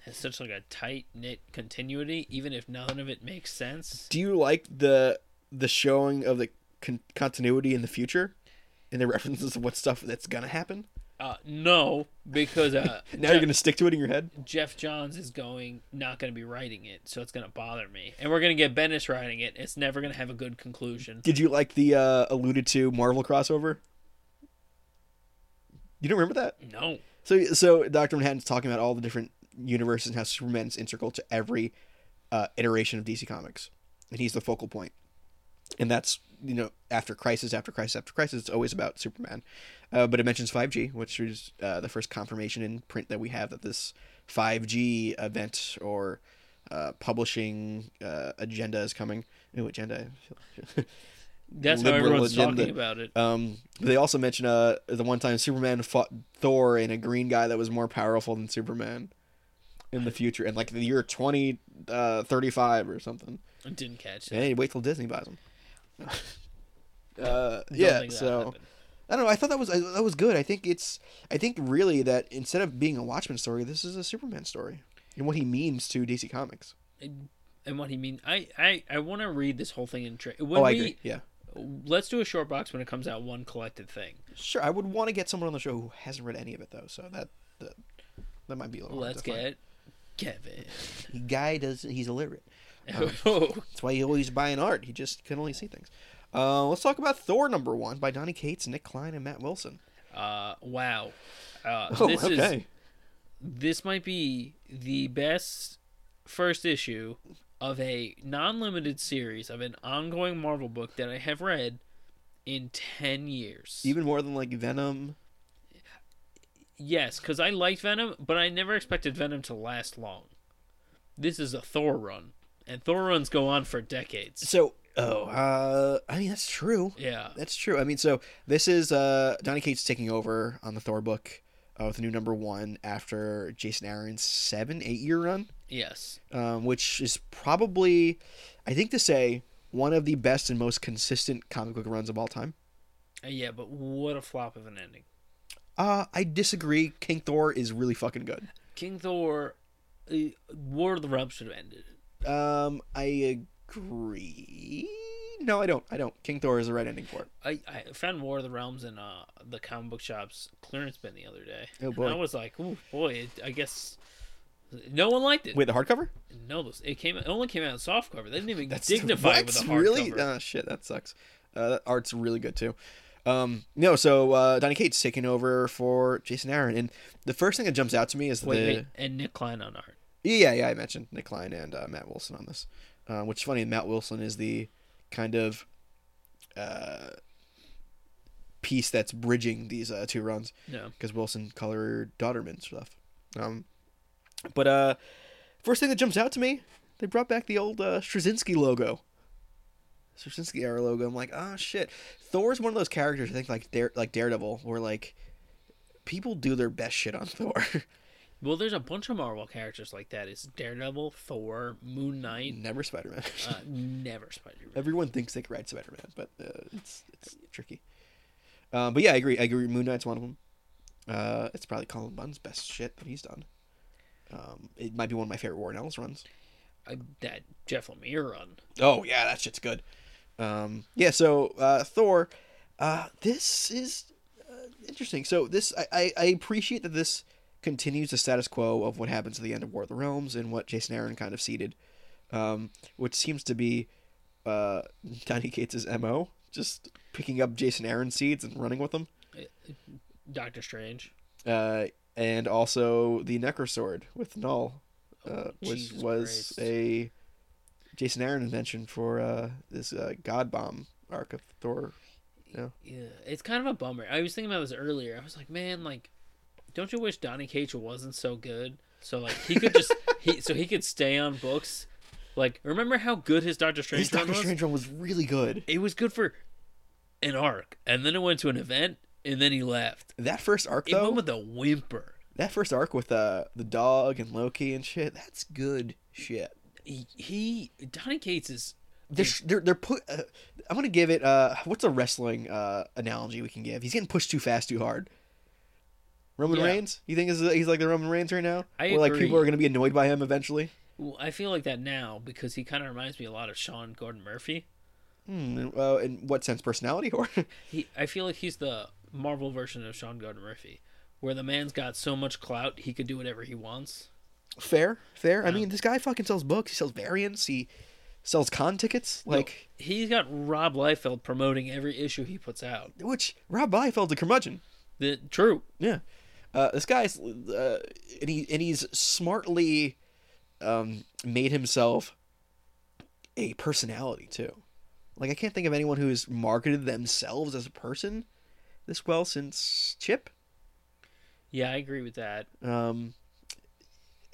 Speaker 2: has such like a tight knit continuity, even if none of it makes sense.
Speaker 1: Do you like the the showing of the con- continuity in the future, and the *laughs* references of what stuff that's gonna happen?
Speaker 2: Uh, no, because uh,
Speaker 1: *laughs* Now you're gonna stick to it in your head.
Speaker 2: Jeff Johns is going not going to be writing it, so it's going to bother me. And we're going to get Bendis writing it. It's never going to have a good conclusion.
Speaker 1: Did you like the uh, alluded to Marvel crossover? You don't remember that?
Speaker 2: No,
Speaker 1: So, so Doctor Manhattan's talking about all the different universes and how Superman's integral to every uh, iteration of DC Comics, and he's the focal point. And that's you know after crisis after crisis after crisis, it's always about Superman. Uh, but it mentions 5G, which is uh, the first confirmation in print that we have that this 5G event or uh, publishing uh, agenda is coming. Ooh, agenda.
Speaker 2: that's how
Speaker 1: Liberal
Speaker 2: everyone's talking
Speaker 1: agenda.
Speaker 2: about it.
Speaker 1: Um, they also mention uh the one time Superman fought Thor and a green guy that was more powerful than Superman in the future, and like the year twenty uh, thirty five or something.
Speaker 2: I didn't catch that.
Speaker 1: Hey, wait till Disney buys
Speaker 2: *laughs*
Speaker 1: them. uh,
Speaker 2: Don't
Speaker 1: yeah.
Speaker 2: think that
Speaker 1: So
Speaker 2: happened.
Speaker 1: I don't know. I thought that was I, that was good. I think it's I think really that instead of being a Watchmen story, this is a Superman story and what he means to DC Comics.
Speaker 2: And, and what he mean? I I, I want to read this whole thing in trade. When
Speaker 1: oh,
Speaker 2: we
Speaker 1: I agree. Yeah.
Speaker 2: let's do a short box when it comes out, one collected thing.
Speaker 1: Sure, I would want to get someone on the show who hasn't read any of it though, so that that, that might be a little. hard
Speaker 2: Let's
Speaker 1: to find.
Speaker 2: get Kevin.
Speaker 1: guy does he's illiterate.
Speaker 2: oh,
Speaker 1: That's why he always buying art. He just can only see things. Uh, let's talk about Thor number one by Donny Cates, Nick Klein, and Matt Wilson.
Speaker 2: uh, wow. Uh,
Speaker 1: Oh,
Speaker 2: this is this might be the best first issue of a non-limited series of an ongoing Marvel book that I have read in 10 years.
Speaker 1: even more than like Venom.
Speaker 2: Yes, cuz I liked Venom, but I never expected Venom to last long. This is a Thor run, and Thor runs go on for decades.
Speaker 1: So, oh, uh, I mean that's true.
Speaker 2: Yeah.
Speaker 1: That's true. I mean, so this is uh, Donny Cates taking over on the Thor book uh, with a new number one after Jason Aaron's seven, eight year run.
Speaker 2: Yes.
Speaker 1: um, which is probably, I think to say, one of the best and most consistent comic book runs of all time.
Speaker 2: Uh, Yeah, but what a flop of an ending.
Speaker 1: Uh, I disagree. King Thor is really fucking good.
Speaker 2: King Thor, uh, War of the Realms should have ended. it.
Speaker 1: Um, I agree. No, I don't. I don't. King Thor is the right ending for it.
Speaker 2: I, I found War of the Realms in uh, the comic book shop's clearance bin the other day.
Speaker 1: Oh,
Speaker 2: And
Speaker 1: boy.
Speaker 2: I was like, oh boy, it, I guess no one liked it.
Speaker 1: Wait, the hardcover?
Speaker 2: No, this- it came. It only came out in softcover. They didn't
Speaker 1: *laughs*
Speaker 2: even
Speaker 1: That's
Speaker 2: dignify it with a
Speaker 1: that's
Speaker 2: hardcover.
Speaker 1: really ah shit. That sucks. Uh, that art's really good too. Um, no, so uh, Donny Cates taking over for Jason Aaron, and the first thing that jumps out to me is
Speaker 2: Wait,
Speaker 1: the
Speaker 2: wait, and Nick Klein on art.
Speaker 1: Yeah, yeah, I mentioned Nick Klein and uh, Matt Wilson on this, uh, which is funny. Matt Wilson is the kind of uh, piece that's bridging these uh, two runs
Speaker 2: Yeah.
Speaker 1: because Wilson colored Dodderman stuff. Um, but uh, first thing that jumps out to me, they brought back the old uh, Straczynski logo. Straczynski era logo. I'm like, ah, shit. Thor's one of those characters. I think like Dare, like Daredevil, where like people do their best shit on Thor. *laughs*
Speaker 2: Well, there's a bunch of Marvel characters like that. It's Daredevil, Thor, Moon Knight,
Speaker 1: Never Spider Man.
Speaker 2: uh, never Spider Man.
Speaker 1: *laughs* Everyone thinks they can ride Spider Man, but uh, it's it's tricky. Uh, but yeah, I agree. I agree. Moon Knight's one of them. Uh, it's probably Colin Bunn's best shit that he's done. Um, it might be one of my favorite Warren Ellis runs.
Speaker 2: Uh, that Jeff Lemire run.
Speaker 1: Oh yeah, that shit's good. Um, yeah, so uh, Thor, uh, this is uh, interesting. So this, I, I, I appreciate that this continues the status quo of what happens at the end of War of the Realms and what Jason Aaron kind of seeded, um, which seems to be uh, *laughs* Donny Cates' mo, just picking up Jason Aaron seeds and running with them,
Speaker 2: Doctor Strange.
Speaker 1: uh, and also the Necrosword with Null uh,
Speaker 2: Oh,
Speaker 1: was
Speaker 2: Jesus
Speaker 1: was
Speaker 2: Christ.
Speaker 1: a Jason Aaron invention for uh, this uh, God Bomb arc of Thor.
Speaker 2: Yeah, it's kind of a bummer. I was thinking about this earlier. I was like, man, like, don't you wish Donny Cage wasn't so good? So like he could
Speaker 1: *laughs*
Speaker 2: just he so he could stay on books. Like, remember how good his Doctor Strange
Speaker 1: His
Speaker 2: run
Speaker 1: Doctor
Speaker 2: was?
Speaker 1: Strange one was really good.
Speaker 2: It was good for an arc, and then it went to an event, and then he left.
Speaker 1: That first arc
Speaker 2: It
Speaker 1: though,
Speaker 2: went with a whimper.
Speaker 1: that first arc with uh, the dog and Loki and shit, that's good shit.
Speaker 2: He, he Donny Cates is
Speaker 1: They're sh- they're, they're put. Uh, I'm gonna give it. Uh, what's a wrestling uh, analogy we can give? He's getting pushed too fast, too hard. Roman
Speaker 2: Yeah.
Speaker 1: Reigns, you think is he's like the Roman Reigns right now?
Speaker 2: I
Speaker 1: Where, like
Speaker 2: agree.
Speaker 1: people are gonna be annoyed by him eventually.
Speaker 2: Well, I feel like that now because he kind of reminds me a lot of Sean Gordon Murphy.
Speaker 1: Hmm. Well, in what sense, personality or?
Speaker 2: He, I feel like he's the Marvel version of Sean Gordon Murphy, where the man's got so much clout he could do whatever he wants.
Speaker 1: *laughs* Fair, fair. I mean, this guy fucking sells books. He sells variants. He sells con tickets. Like,
Speaker 2: He's got Rob Liefeld promoting every issue he puts out.
Speaker 1: which Rob Liefeld's a curmudgeon.
Speaker 2: The true,
Speaker 1: Yeah, uh, this guy's uh, and he and he's smartly um, made himself a personality too. Like, I can't think of anyone who has marketed themselves as a person this well since Chip.
Speaker 2: yeah, I agree with that.
Speaker 1: um,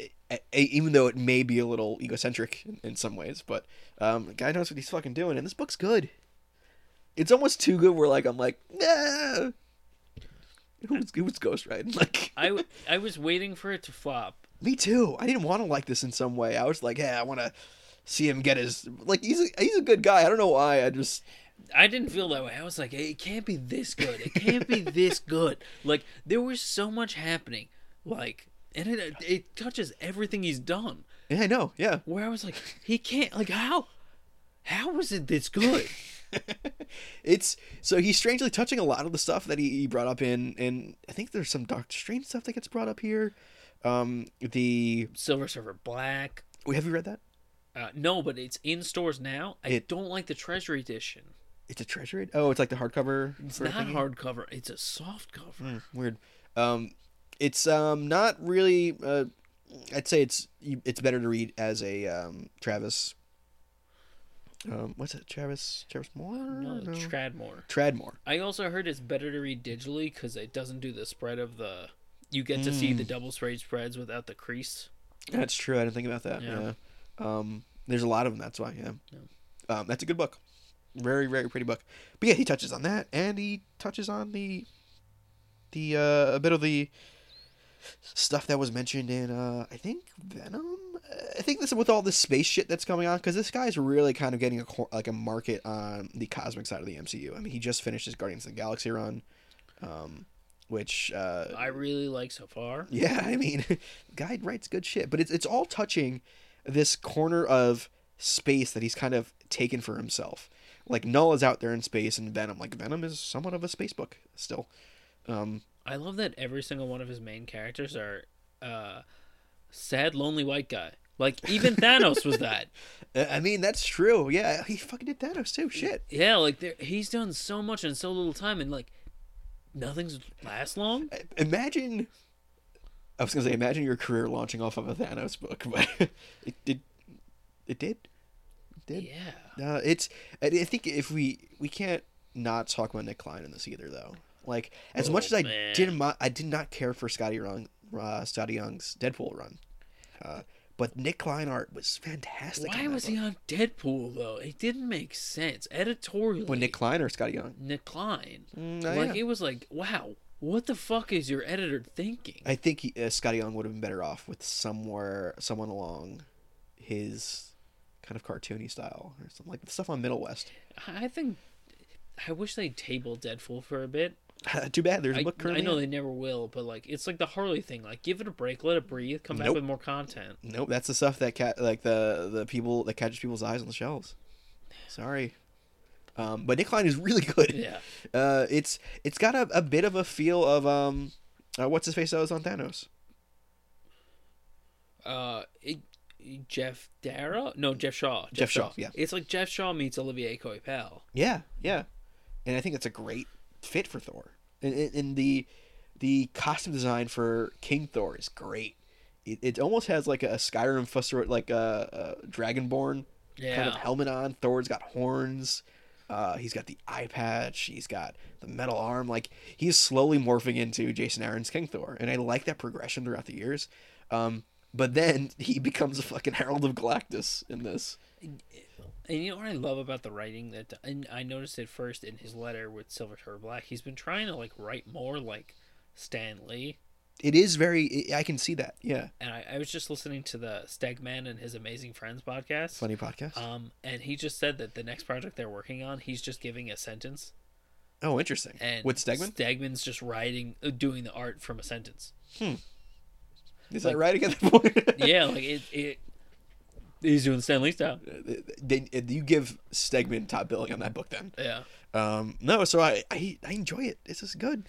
Speaker 1: e- e- even though it may be a little egocentric in, in some ways, but um, the guy knows what he's fucking doing, and this book's good. It's almost too good. Where like I'm like, nah. Who's who's Ghost Rider? *laughs* Like
Speaker 2: I, w- I was waiting for it to flop.
Speaker 1: me too. I didn't want to like this in some way. I was like, hey, I want to see him get his like. He's a, he's a good guy. I don't know why. I just
Speaker 2: I didn't feel that way. I was like, it can't be this good. It can't be this good. Like there was so much happening, like, and it it touches everything he's done.
Speaker 1: yeah, I know. Yeah,
Speaker 2: where I was like, he can't like how how was it this good?
Speaker 1: *laughs* it's so he's strangely touching a lot of the stuff that he, he brought up in, and I think there's some Doctor Strange stuff that gets brought up here. Um, the
Speaker 2: Silver Surfer Black.
Speaker 1: Wait, have you read that?
Speaker 2: Uh, no, but it's in stores now. I
Speaker 1: It-
Speaker 2: don't like the Treasury edition.
Speaker 1: It's a treasure. It- Oh, it's like the hardcover.
Speaker 2: It's
Speaker 1: sort of
Speaker 2: not
Speaker 1: thingy?
Speaker 2: hardcover. It's a soft cover.
Speaker 1: Hmm, weird. Um, it's um not really. Uh, I'd say it's you- it's better to read as a um Travis. Um, what's it? Travis Travis Moore?
Speaker 2: No,
Speaker 1: No.
Speaker 2: Tradmore.
Speaker 1: Tradmore.
Speaker 2: I also heard it's better to read digitally because it doesn't do the spread of the. You get to see the
Speaker 1: Hmm.
Speaker 2: double sprayed spreads without the crease.
Speaker 1: That's true. I didn't think about that. Yeah.
Speaker 2: Yeah.
Speaker 1: Um, there's a lot of them. That's why. Yeah. Um, that's a good book. Very, very pretty book. But yeah, he touches on that, and he touches on the, the uh, a bit of the stuff that was mentioned in uh, I think Venom. Uh, I think this with all this space shit that's coming on, because this guy's really kind of getting a cor- like a market on the cosmic side of the MCU. I mean, he just finished his Guardians of the Galaxy run, um, which uh,
Speaker 2: I really like so far.
Speaker 1: yeah, I mean, *laughs* guy writes good shit, but it's it's all touching this corner of space that he's kind of taken for himself. Like Null is out there in space, and Venom, like Venom, is somewhat of a space book still. Um,
Speaker 2: I love that every single one of his main characters are uh, sad, lonely white guy. Like
Speaker 1: *laughs*
Speaker 2: even Thanos was that.
Speaker 1: I I mean, that's true. Yeah, he fucking did Thanos too. Shit.
Speaker 2: Yeah, like there, he's done so much in so little time, and like nothing's lasts long.
Speaker 1: I- Imagine. I was gonna say, imagine your career launching off of a Thanos book, *laughs* but it did. It did.
Speaker 2: Yeah,
Speaker 1: Uh, it's. I I think if we we can't not talk about Nick Klein in this either, though. Like as
Speaker 2: Oh,
Speaker 1: much as I
Speaker 2: man.
Speaker 1: did, my, I did not care for Scotty Young, uh, Scotty Young's Deadpool run, uh, but Nick Klein art was fantastic. on
Speaker 2: Why
Speaker 1: that
Speaker 2: was he
Speaker 1: book.
Speaker 2: on Deadpool though? It didn't make sense editorially.
Speaker 1: When Nick Klein or Scotty Young?
Speaker 2: Nick Klein,
Speaker 1: Mm, yeah.
Speaker 2: like it was like, wow, what the fuck is your editor thinking?
Speaker 1: I think he, uh, Scotty Young would have been better off with somewhere someone along his kind of cartoony style or something like the stuff on Middle West. *laughs*
Speaker 2: I think I wish they tabled Deadpool for a bit.
Speaker 1: Too bad there's a
Speaker 2: I,
Speaker 1: book
Speaker 2: I
Speaker 1: currently.
Speaker 2: know
Speaker 1: out.
Speaker 2: they never will, but like it's like the Harley thing. Like give it a break, let it breathe, come back
Speaker 1: Nope.
Speaker 2: with more content.
Speaker 1: Nope, that's the stuff that cat like the the people that catches people's eyes on the shelves. Sorry, um, but Nick Klein is really *laughs* good.
Speaker 2: Yeah.
Speaker 1: uh, it's it's got a, a bit of a feel of um, uh, what's his face that was on Thanos.
Speaker 2: Uh, it, Jeff Dara? No, Jeff Shaw.
Speaker 1: Jeff Shaw, yeah.
Speaker 2: It's like Jeff Shaw meets Olivier Coipel.
Speaker 1: Yeah, yeah, and I think that's a great fit for Thor. And, and, and the the costume design for King Thor is great. It, it almost has like a Skyrim fusser like a, a Dragonborn kind of
Speaker 2: Yeah.
Speaker 1: helmet on. Thor's got horns. Uh, he's got the eye patch. He's got the metal arm. Like he's slowly morphing into Jason Aaron's King Thor, and I like that progression throughout the years. Um, but then *laughs* he becomes a fucking Herald of Galactus in this.
Speaker 2: And you know what I love about the writing that and I noticed it first in his letter with Silver Turtle Black. He's been trying to like write more like Stan Lee.
Speaker 1: It is very. I I can see that. Yeah,
Speaker 2: And I, I was just listening to the Stegman and his Amazing Friends podcast.
Speaker 1: funny podcast.
Speaker 2: Um, and he just said that the next project they're working on, he's just giving a sentence.
Speaker 1: oh, interesting.
Speaker 2: And
Speaker 1: With Stegman,
Speaker 2: Stegman's just writing, uh, doing the art from a sentence.
Speaker 1: is that right again? *laughs* that point?
Speaker 2: yeah, like it, it. He's doing Stan
Speaker 1: *laughs*
Speaker 2: Lee style.
Speaker 1: They- uh, you give Stegman top billing on that book then.
Speaker 2: Yeah.
Speaker 1: Um, no, so I, I I enjoy it. This is good.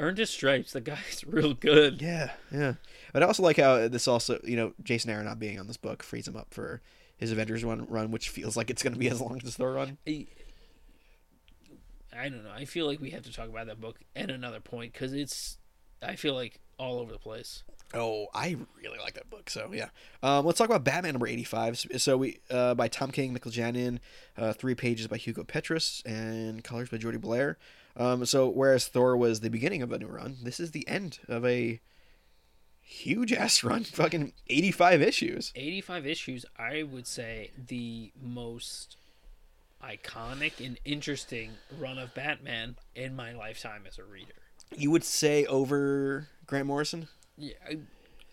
Speaker 2: Earned his stripes. The guy's real good.
Speaker 1: Yeah, yeah. But I also like how this also, you know, Jason Aaron not being on this book frees him up for his Avengers one run, which feels like it's going to be as long as this Thor run.
Speaker 2: I, I don't know. I feel like we have to talk about that book at another point because it's. I feel like all over the place.
Speaker 1: Oh, I really like that book. So yeah, um, let's talk about Batman number eighty-five. So we uh, by Tom King, Michael Janin, uh, three pages by Hugo Petrus, and colors by Jordy Blair. Um, so whereas Thor was the beginning of a new run, this is the end of a huge ass *laughs* run, fucking eighty-five issues.
Speaker 2: Eighty-five issues. I would say the most iconic and interesting run of Batman in my lifetime as a reader.
Speaker 1: You would say over Grant Morrison?
Speaker 2: Yeah, I,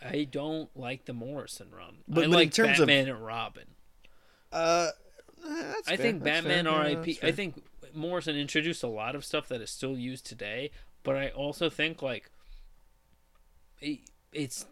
Speaker 2: I don't like the Morrison run.
Speaker 1: But-
Speaker 2: I
Speaker 1: but in
Speaker 2: like
Speaker 1: terms of-
Speaker 2: Batman and Robin.
Speaker 1: Uh, that's
Speaker 2: I
Speaker 1: fair,
Speaker 2: think
Speaker 1: that's
Speaker 2: Batman
Speaker 1: fair, yeah,
Speaker 2: R.I.P.
Speaker 1: that's
Speaker 2: I
Speaker 1: fair.
Speaker 2: think Morrison introduced a lot of stuff that is still used today, but I also think like it, it's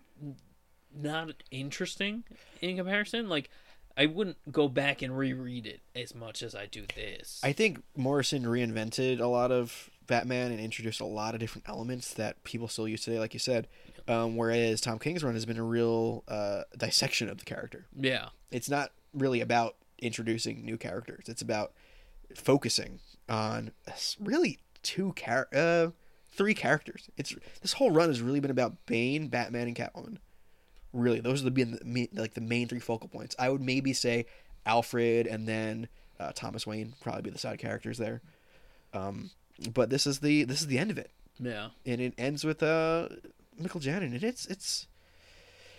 Speaker 2: not interesting in comparison. Like I wouldn't go back and reread it as much as I do this.
Speaker 1: I think Morrison reinvented a lot of Batman and introduced a lot of different elements that people still use today, like you said. Um, whereas Tom King's run has been a real uh, dissection of the character.
Speaker 2: yeah,
Speaker 1: It's not really about introducing new characters. It's about focusing on s- really two char- uh, three characters. It's this whole run has really been about Bane, Batman, and Catwoman. Really, those are the been the main- like the main three focal points. I would maybe say Alfred and then uh, Thomas Wayne probably be the side characters there. Um, but this is the this is the end of it,
Speaker 2: yeah.
Speaker 1: and it ends with uh, Michael Janin, and it's it's.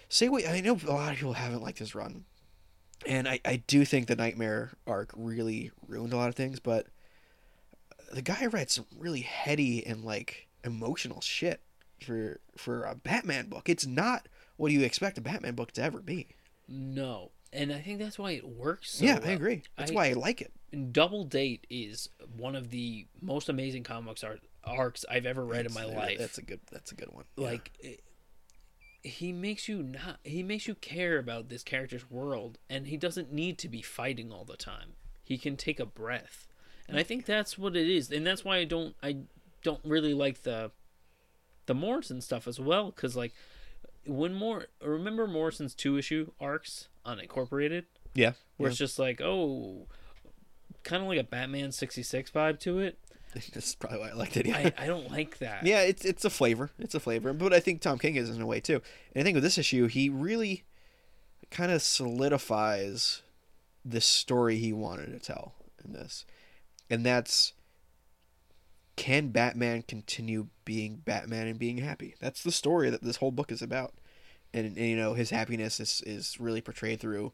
Speaker 1: Say what I know. A lot of people haven't liked this run, and I I do think the Nightmare arc really ruined a lot of things, but the guy writes some really heady and like emotional shit for for a Batman book. It's not what you expect a Batman book to ever be.
Speaker 2: No, and I think that's why it works. So
Speaker 1: yeah, I
Speaker 2: Oh, well.
Speaker 1: agree. That's
Speaker 2: I-
Speaker 1: why I like it.
Speaker 2: Double Date is one of the most amazing comics ar- arcs I've ever read in my
Speaker 1: That's-
Speaker 2: life.
Speaker 1: That's a good. That's a good one. Yeah.
Speaker 2: like it, he makes you not he makes you care about this character's world and he doesn't need to be fighting all the time he can take a breath and i think that's what it is and that's why i don't i don't really like the the morrison stuff as well because like when more remember morrison's two issue arcs on incorporated
Speaker 1: yeah, *laughs*
Speaker 2: where it's just like oh kind of like a batman 66 vibe to it
Speaker 1: that's probably why I liked it. Yeah.
Speaker 2: i, I don't like
Speaker 1: *laughs*
Speaker 2: that
Speaker 1: Yeah, it's it's a flavor. It's a flavor. But I think Tom King is in a way too. And I think with this issue, he really kind of solidifies the story he wanted to tell in this. and that's can Batman continue being Batman and being happy? That's the story that this whole book is about, and, and, you know his happiness is is really portrayed through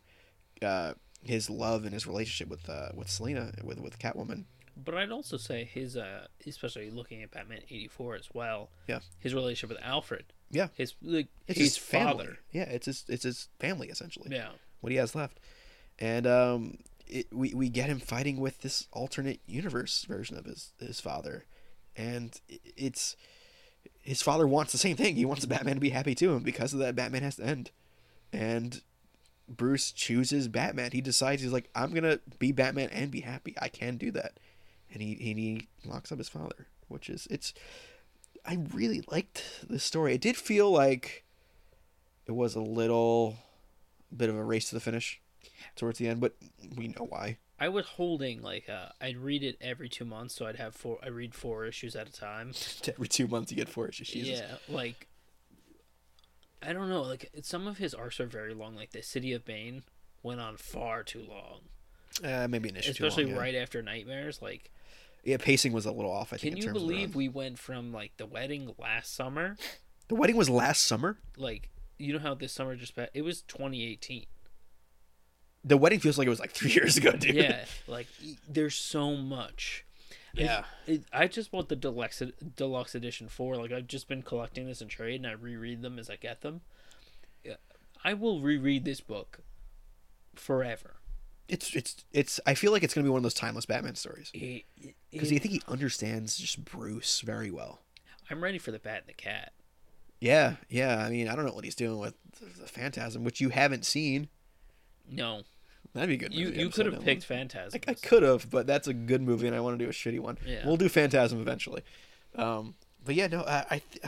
Speaker 1: uh, his love and his relationship with uh, with Selina with with Catwoman.
Speaker 2: But I'd also say his, uh, especially looking at Batman '84 as well.
Speaker 1: Yeah.
Speaker 2: His relationship with Alfred.
Speaker 1: Yeah.
Speaker 2: His like
Speaker 1: It's
Speaker 2: his,
Speaker 1: his family.
Speaker 2: father.
Speaker 1: Yeah, it's his it's his family essentially.
Speaker 2: Yeah.
Speaker 1: what he has left. And um, it, we, we get him fighting with this alternate universe version of his, his father. And i- it's his father wants the same thing. He wants Batman to be happy too. And because of that, Batman has to end. And Bruce chooses Batman. He decides, he's like, I'm going to be Batman and be happy. I can do that. And he, and he locks up his father, which is, it's, I really liked this story. It did feel like it was a little bit of a race to the finish towards the end, but we know why. *laughs*
Speaker 2: I was holding like uh, I'd read it every two months, so I'd have four. I read four issues at a time.
Speaker 1: Every two months you get four issues. Jesus.
Speaker 2: Yeah, like I don't know. Like some of his arcs are very long. Like the City of Bane went on far too long,
Speaker 1: Uh, maybe an issue.
Speaker 2: especially
Speaker 1: too long, yeah.
Speaker 2: right after Nightmares. Like,
Speaker 1: Yeah, pacing was a little off. I think.
Speaker 2: can
Speaker 1: in
Speaker 2: you
Speaker 1: terms of the run.
Speaker 2: believe we went from like the wedding last summer?
Speaker 1: the wedding was last summer?
Speaker 2: Like, you know how this summer just passed? It was 2018.
Speaker 1: The wedding feels like it was like *laughs* three years ago, dude. *laughs*
Speaker 2: yeah, like e- there's so much. It-
Speaker 1: Yeah.
Speaker 2: it- I just bought the deluxe deluxe edition four. Like I've just been collecting this in trade, and I reread them as I get them. Yeah, I will reread this book forever.
Speaker 1: *laughs* It's it's it's. I feel like it's gonna be one of those timeless Batman stories
Speaker 2: It- it-
Speaker 1: because I think he understands just Bruce very well.
Speaker 2: I'm ready for the Bat and the Cat.
Speaker 1: Yeah, yeah. I mean, I don't know what he's doing with the, the Phantasm, which you haven't seen.
Speaker 2: No,
Speaker 1: That'd be a good.
Speaker 2: you
Speaker 1: movie
Speaker 2: you
Speaker 1: episode,
Speaker 2: could
Speaker 1: that
Speaker 2: have
Speaker 1: one.
Speaker 2: picked Phantasm.
Speaker 1: I could have, but that's a good movie, and I want to do a shitty one.
Speaker 2: Yeah.
Speaker 1: We'll do Phantasm eventually. Um, but yeah, no, I, I th-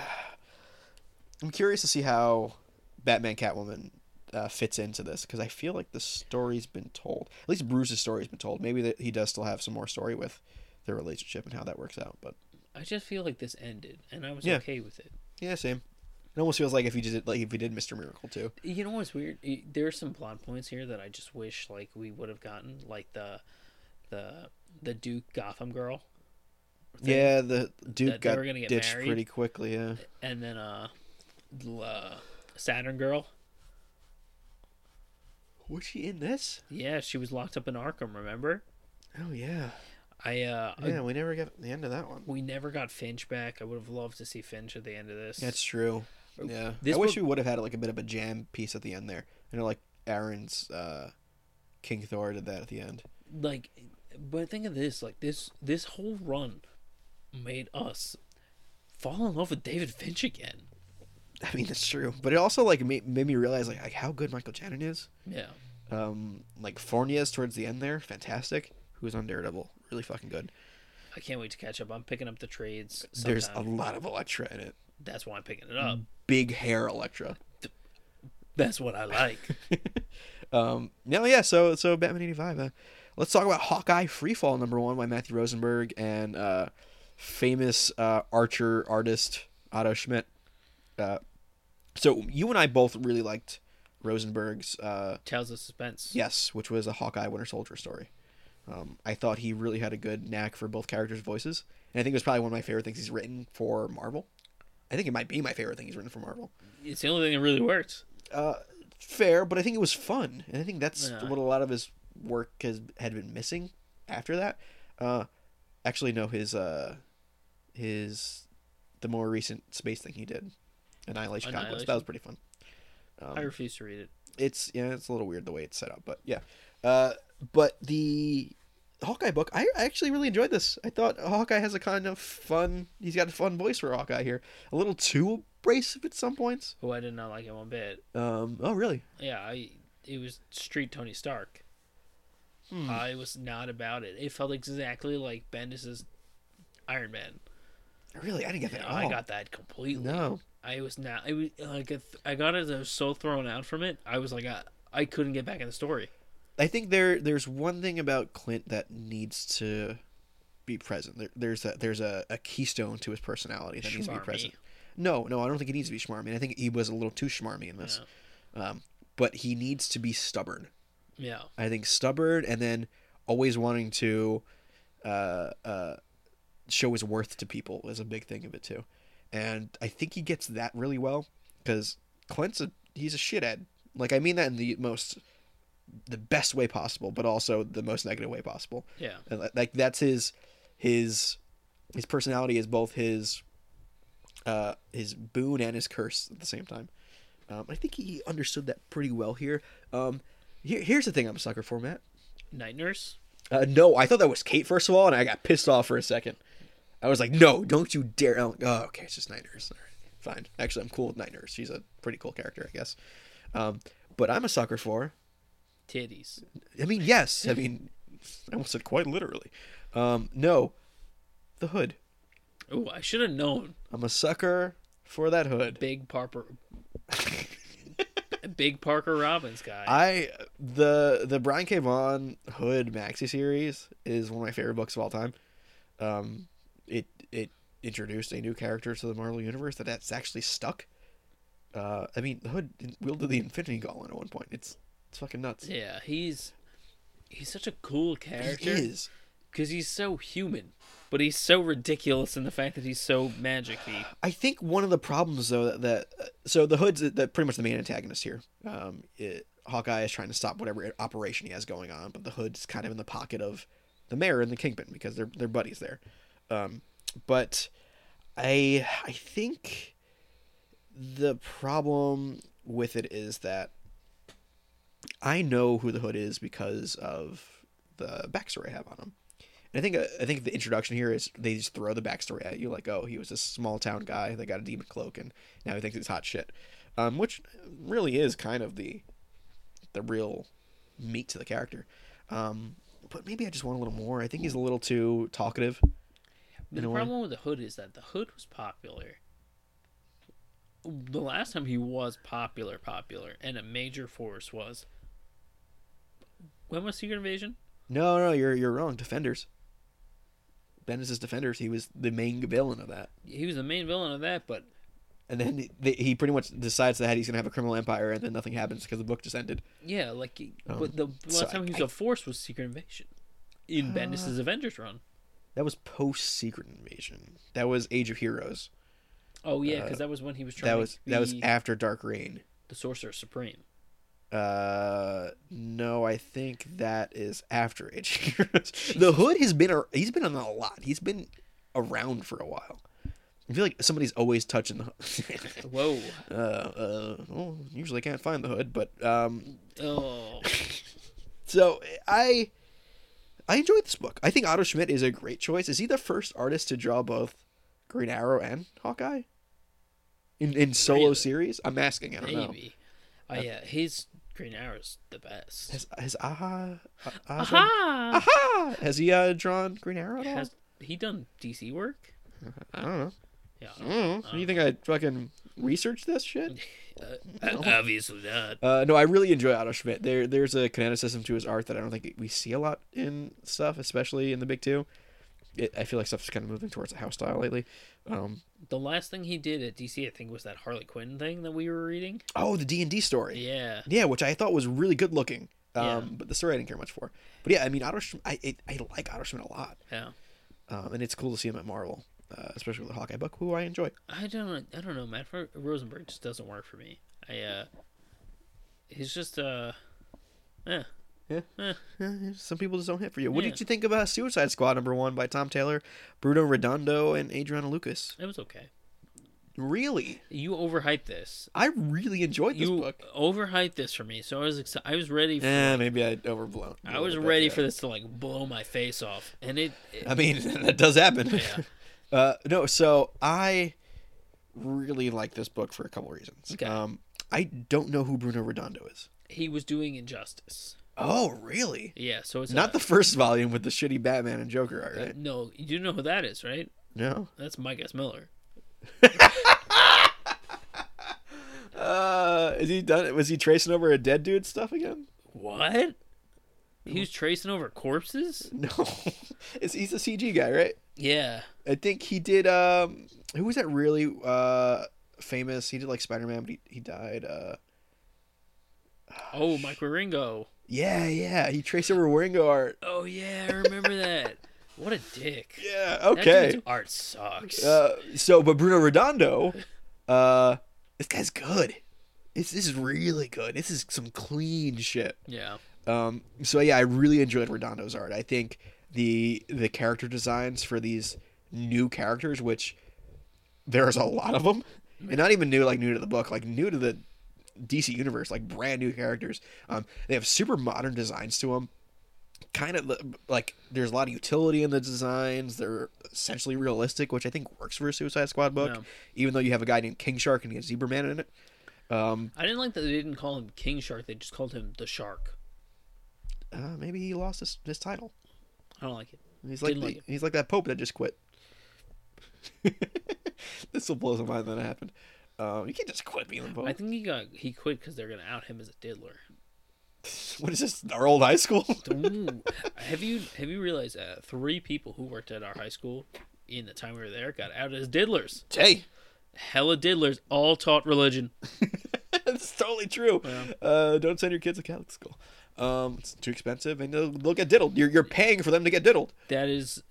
Speaker 1: *sighs* I'm curious to see how Batman Catwoman uh, fits into this because I feel like the story's been told. At least Bruce's story's been told. Maybe that he does still have some more story with their relationship and how that works out. But
Speaker 2: I just feel like this ended, and I was
Speaker 1: Yeah.
Speaker 2: okay with it.
Speaker 1: yeah, same. It almost feels like if he did like if he did Mister Miracle too.
Speaker 2: You know what's weird? Y- There are some plot points here that I just wish like we would have gotten, like the the the Duke Gotham girl. thing.
Speaker 1: Yeah, the Duke
Speaker 2: That they
Speaker 1: got
Speaker 2: were gonna get
Speaker 1: ditched
Speaker 2: married.
Speaker 1: pretty quickly. Yeah,
Speaker 2: and then uh, l- uh Saturn Girl.
Speaker 1: was she in this?
Speaker 2: Yeah, she was locked up in Arkham. Remember?
Speaker 1: Oh yeah,
Speaker 2: I uh, I-
Speaker 1: yeah. We never got the end of that one.
Speaker 2: we never got Finch back. I would have loved to see Finch at the end of this.
Speaker 1: That's true. Yeah.
Speaker 2: This
Speaker 1: I wish
Speaker 2: would-
Speaker 1: we would have had like a bit of a jam piece at the end there. You know, like Aaron's uh, King Thor did that at the end.
Speaker 2: like, but think of this. Like this, this whole run made us fall in love with David Finch again.
Speaker 1: *laughs* I mean, that's true. But it also like made, made me realize like, like, how good Michael Shannon is.
Speaker 2: Yeah,
Speaker 1: Um, like Fournier's towards the end there, fantastic. Who's on Daredevil? Really fucking good.
Speaker 2: I can't wait to catch up. I'm picking up the trades.
Speaker 1: There's a Mm.
Speaker 2: sometime.
Speaker 1: lot of Elektra in it.
Speaker 2: That's why I'm picking it up.
Speaker 1: Big hair Elektra.
Speaker 2: That's what
Speaker 1: *laughs*
Speaker 2: I like.
Speaker 1: um, no, yeah. So so Batman eighty five. Uh, let's talk about Hawkeye Freefall number one by Matthew Rosenberg and uh, famous uh, Archer artist Otto Schmidt. Uh, so you and I both really liked Rosenberg's uh,
Speaker 2: Tales of Suspense.
Speaker 1: yes, which was a Hawkeye Winter Soldier story. Um, I thought he really had a good knack for both characters' voices, and I think it was probably one of my favorite things he's written for Marvel. I think it might be my favorite thing he's written for Marvel
Speaker 2: it's the only thing that really worked.
Speaker 1: uh, fair, but I think it was fun, and I think that's
Speaker 2: Yeah.
Speaker 1: what a lot of his work has had been missing after that. Uh, actually, no, his uh, his the more recent space thing he did, Annihilation, Conquest, that
Speaker 2: Annihilation.
Speaker 1: was pretty fun. Um,
Speaker 2: I refuse to read it.
Speaker 1: It's yeah, it's a little weird the way it's set up, but yeah. Uh, but the Hawkeye book, I actually really enjoyed this. I thought Hawkeye has a kind of fun. He's got a fun voice for Hawkeye here, a little too abrasive at some points.
Speaker 2: Oh, I did not like it one bit.
Speaker 1: Um, oh really?
Speaker 2: Yeah, I it was street Tony Stark.
Speaker 1: Hmm.
Speaker 2: I was not about it. It felt exactly like Bendis's Iron Man.
Speaker 1: Really, I didn't get that. at
Speaker 2: I
Speaker 1: all.
Speaker 2: got that completely.
Speaker 1: oh. No.
Speaker 2: I was not. I was like I th- I got it. I was so thrown out from it. I was like I, I couldn't get back in the story.
Speaker 1: I think there there's one thing about Clint that needs to be present. There, there's a there's a, a keystone to his personality that needs to be
Speaker 2: Schmarmy.
Speaker 1: present. No, no, I don't think he needs to be schmarmy. I think he was a little too schmarmy in this. Um, but he needs to be stubborn.
Speaker 2: Yeah,
Speaker 1: I think stubborn and then always wanting to uh, uh, show his worth to people is a big thing of it too, and I think he gets that really well because Clint's a he's a shithead. Like I mean that in the most the best way possible, but also the most negative way possible.
Speaker 2: Yeah.
Speaker 1: And li- like that's his his his personality is both his uh his boon and his curse at the same time. Um, I think he understood that pretty well here. Um, here here's the thing I'm a sucker for, Matt.
Speaker 2: Night nurse.
Speaker 1: Uh, no, I thought that was Kate first of all, and I got pissed off for a second. I was like, "No, don't you dare!" I'm like, oh, okay, it's just Night Nurse. All right, fine. Actually, I'm cool with Night Nurse. She's a pretty cool character, I guess. Um, but I'm a sucker for.
Speaker 2: Titties.
Speaker 1: I mean, yes. I mean, *laughs* I almost said quite literally. Um, no, the hood.
Speaker 2: Oh, I should have known.
Speaker 1: I'm a sucker for that hood.
Speaker 2: Big
Speaker 1: *laughs*
Speaker 2: Parker. Big Parker Robbins guy.
Speaker 1: I the the Brian K. Vaughan Hood maxi series is one of my favorite books of all time. Um, it it introduced a new character to the Marvel universe that that's actually stuck. Uh, I mean, the Hood wielded the Infinity Gauntlet at one point. It's it's fucking nuts.
Speaker 2: yeah, he's he's such a cool
Speaker 1: He
Speaker 2: character
Speaker 1: is.
Speaker 2: because he's so human, but he's so ridiculous in the fact that he's so magicy.
Speaker 1: I think one of the problems though that, that so the Hood's the, pretty much the main antagonist here. Um, it, Hawkeye is trying to stop whatever operation he has going on, but the Hood's kind of in the pocket of the mayor and the Kingpin because they're they're buddies there. Um, but I I think the problem with it is that I know who the Hood is because of the backstory I have on him. And I think uh, I think the introduction here is they just throw the backstory at you, like, oh, he was this small town guy that got a demon cloak, and now he thinks it's hot shit, um, which really is kind of the the real meat to the character. Um, but maybe I just want a little more. I think he's a little too talkative.
Speaker 2: But
Speaker 1: in
Speaker 2: the
Speaker 1: a way.
Speaker 2: problem with the hood is that the hood was popular. The last time he was popular, popular, and a major force was. When was Secret Invasion?
Speaker 1: No, no, you're you're wrong. Defenders. Bendis' Defenders. He was the main villain of that.
Speaker 2: He was the main villain of that, but
Speaker 1: And then th he pretty much decides that he's gonna have a criminal empire, and then nothing happens because the book just ended.
Speaker 2: yeah, like, he-
Speaker 1: Um,
Speaker 2: but the last
Speaker 1: so I- Uh,
Speaker 2: time he was a force was Secret Invasion, in Bendis' Avengers run.
Speaker 1: That was post Secret Invasion. That was Age of Heroes.
Speaker 2: Oh yeah, because that was when he was trying.
Speaker 1: uh, That was
Speaker 2: to
Speaker 1: that was
Speaker 2: be
Speaker 1: after Dark Reign.
Speaker 2: the Sorcerer Supreme.
Speaker 1: Uh, no, I think that is after Age of Heroes. The Hood has been ar- he's been on a lot. He's been around for a while. I feel like somebody's always touching the. Hood.
Speaker 2: *laughs* Whoa!
Speaker 1: *laughs* uh, uh, well, usually can't find the Hood, but um,
Speaker 2: Oh,
Speaker 1: so I, I enjoyed this book. I think Otto Schmidt is a great choice. Is he the first artist to draw both Green Arrow and Hawkeye? In in solo
Speaker 2: Really?
Speaker 1: series, I'm asking. I don't know.
Speaker 2: maybe. Oh yeah, his Green Arrow's the best.
Speaker 1: Has has Aha uh, Aha done-
Speaker 2: Aha!
Speaker 1: Aha! Has he uh, drawn Green Arrow at all?
Speaker 2: Has he done DC work?
Speaker 1: I don't know.
Speaker 2: Yeah.
Speaker 1: I don't know.
Speaker 2: Uh,
Speaker 1: you think I fucking researched this
Speaker 2: *laughs*
Speaker 1: shit? *laughs*
Speaker 2: Obviously not.
Speaker 1: Uh, no, I really enjoy Otto Schmidt. There, there's a kineticism to his art that I don't think we see a lot in stuff, especially in the big two. It, I feel like stuff's kind of moving towards a house style lately. Um,
Speaker 2: The last thing he did at DC, I think, was that Harley Quinn thing that we were reading.
Speaker 1: oh, the D and D story.
Speaker 2: Yeah.
Speaker 1: Yeah, which I thought was really good looking. Um,
Speaker 2: Yeah.
Speaker 1: but the story I didn't care much for. But yeah, I mean, Otto Schmidt, I, it, I like Otto Schmidt a lot,
Speaker 2: Yeah.
Speaker 1: um, and it's cool to see him at Marvel, uh, especially with the Hawkeye book, who I enjoy.
Speaker 2: I don't. I don't know, man. For, Rosenberg just doesn't work for me. I. uh He's just. uh Yeah.
Speaker 1: Eh, Some people just don't hit for you. What
Speaker 2: Yeah.
Speaker 1: did you think about Suicide Squad number one by Tom Taylor, Bruno Redondo, and Adriana Lucas?
Speaker 2: It was okay.
Speaker 1: Really,
Speaker 2: You overhyped this.
Speaker 1: I really enjoyed this
Speaker 2: you
Speaker 1: book.
Speaker 2: overhyped this for me, so I was exci- I was ready. For,
Speaker 1: Eh, maybe I overblown.
Speaker 2: I was ready for this to like blow my face off, and it. it-
Speaker 1: I mean, *laughs* that does happen.
Speaker 2: Yeah.
Speaker 1: Uh, no, so I really like this book for a couple reasons.
Speaker 2: Okay.
Speaker 1: Um, I don't know who Bruno Redondo is.
Speaker 2: he was doing injustice.
Speaker 1: Oh, really?
Speaker 2: Yeah. So it's
Speaker 1: Not
Speaker 2: a-
Speaker 1: the first volume with the shitty Batman and Joker art, right?
Speaker 2: No, you know who that is, right?
Speaker 1: No.
Speaker 2: That's Mike S. Miller.
Speaker 1: Uh, is he done? Was he tracing over a dead dude stuff again?
Speaker 2: What? He was tracing over corpses?
Speaker 1: *laughs* No, it's, he's a CG guy, right?
Speaker 2: Yeah.
Speaker 1: I think he did. Um, who was that really uh famous? He did like Spider Man, but he, he died. Uh,
Speaker 2: Oh, Mike Waringo.
Speaker 1: yeah, yeah. He traced over Ringo art.
Speaker 2: Oh yeah, I remember that. *laughs* What a dick.
Speaker 1: Yeah.
Speaker 2: That
Speaker 1: Okay.
Speaker 2: dude's art sucks.
Speaker 1: Uh, so, but Bruno Redondo, uh, this guy's good. This, this is really good. This is some clean shit.
Speaker 2: yeah.
Speaker 1: Um, so yeah, I really enjoyed Redondo's art. I think the the character designs for these new characters, which there's a lot of them, and not even new like new to the book, like new to the DC universe, like brand new characters. Um, they have super modern designs to them. Kind of li- like there's a lot of utility in the designs. They're essentially realistic, which I think works for a Suicide Squad book,
Speaker 2: Yeah.
Speaker 1: even though you have a guy named King Shark and you have Zebra Man in it. Um,
Speaker 2: I didn't like that they didn't call him King Shark. They just called him the Shark.
Speaker 1: uh, maybe he lost his, his title.
Speaker 2: I don't like it.
Speaker 1: He's like,
Speaker 2: Didn't
Speaker 1: the-
Speaker 2: like it.
Speaker 1: he's like that Pope that just quit. *laughs* this will blow some mind that it happened. Um, you can't just quit being the Pope.
Speaker 2: I think he got he quit because they're gonna out him as a diddler.
Speaker 1: What is this? Our old high
Speaker 2: *laughs*
Speaker 1: school?
Speaker 2: Ooh. have you have you realized uh, three people who worked at our high school in the time we were there got out as diddlers?
Speaker 1: *laughs* hey,
Speaker 2: Hella diddlers, all taught religion.
Speaker 1: it's totally true. Uh, don't send your kids to Catholic school. Um, it's too expensive, and they'll, they'll get diddled. You're, you're paying for them to get diddled.
Speaker 2: That is,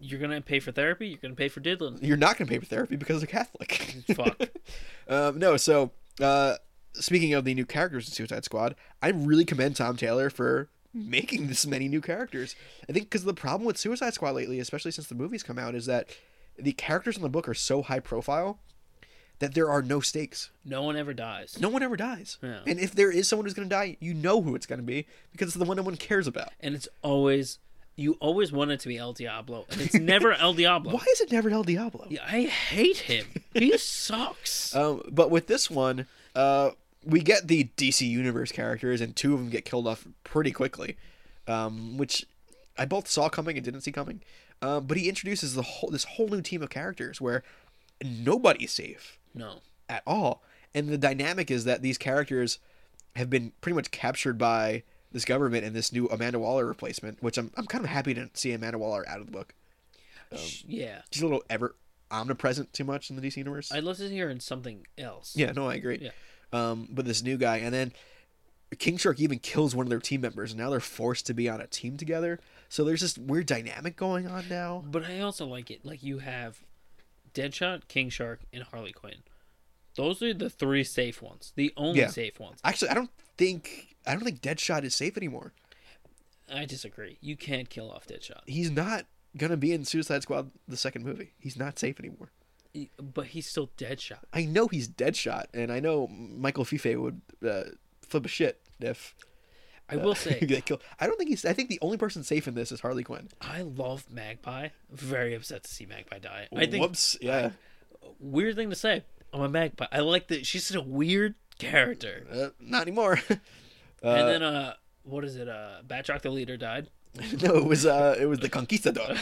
Speaker 2: you're gonna pay for therapy. You're gonna pay for diddling.
Speaker 1: You're not going to pay for therapy because they're Catholic. *laughs*
Speaker 2: Fuck.
Speaker 1: Um, no, so uh, speaking of the new characters in Suicide Squad, I really commend Tom Taylor for making this many new characters. I think because the problem with Suicide Squad lately, especially since the movies come out, is that the characters in the book are so high profile that there are no stakes.
Speaker 2: No one ever dies.
Speaker 1: No one ever dies.
Speaker 2: Yeah.
Speaker 1: And if there is someone who's going to die, you know who it's going to be because it's the one no one cares about.
Speaker 2: And it's always, you always want it to be El Diablo, and it's never El Diablo.
Speaker 1: Why is it never El Diablo?
Speaker 2: Yeah, I hate him. He sucks.
Speaker 1: Um, but with this one, uh, we get the DC Universe characters, and two of them get killed off pretty quickly, um, which I both saw coming and didn't see coming. Uh, but he introduces the whole this whole new team of characters where nobody's safe
Speaker 2: no.
Speaker 1: at all, and the dynamic is that these characters have been pretty much captured by this government and this new Amanda Waller replacement, which I'm I'm kind of happy to see Amanda Waller out of the book.
Speaker 2: Sh- yeah.
Speaker 1: She's a little ever omnipresent too much in the DC universe.
Speaker 2: I'd love to hear in something else.
Speaker 1: Yeah, no, I agree.
Speaker 2: Yeah.
Speaker 1: Um, but this new guy, and then King Shark even kills one of their team members, and now they're forced to be on a team together. So there's this weird dynamic going on now.
Speaker 2: But I also like it. Like you have Deadshot, King Shark, and Harley Quinn. Those are the three safe ones. The only
Speaker 1: Yeah.
Speaker 2: safe ones.
Speaker 1: Actually, I don't think I don't think Deadshot is safe anymore.
Speaker 2: I disagree. You can't kill off Deadshot.
Speaker 1: He's not gonna be in Suicide Squad the second movie. He's not safe anymore.
Speaker 2: He- But he's still Deadshot.
Speaker 1: I know he's Deadshot, and I know Michael Fife would uh, flip a shit if *laughs*
Speaker 2: I will
Speaker 1: they *laughs*
Speaker 2: say,
Speaker 1: get killed. I don't think he's. I think the only person safe in this is Harley Quinn.
Speaker 2: I love Magpie. Very upset to see Magpie die. I think
Speaker 1: Whoops. Yeah.
Speaker 2: weird thing to say. I'm a Magpie. I like that she's such a weird character.
Speaker 1: Uh, not anymore. *laughs*
Speaker 2: and then uh, what is it? Uh, Batroc the leader died.
Speaker 1: *laughs* no, it was uh, it was the conquistador.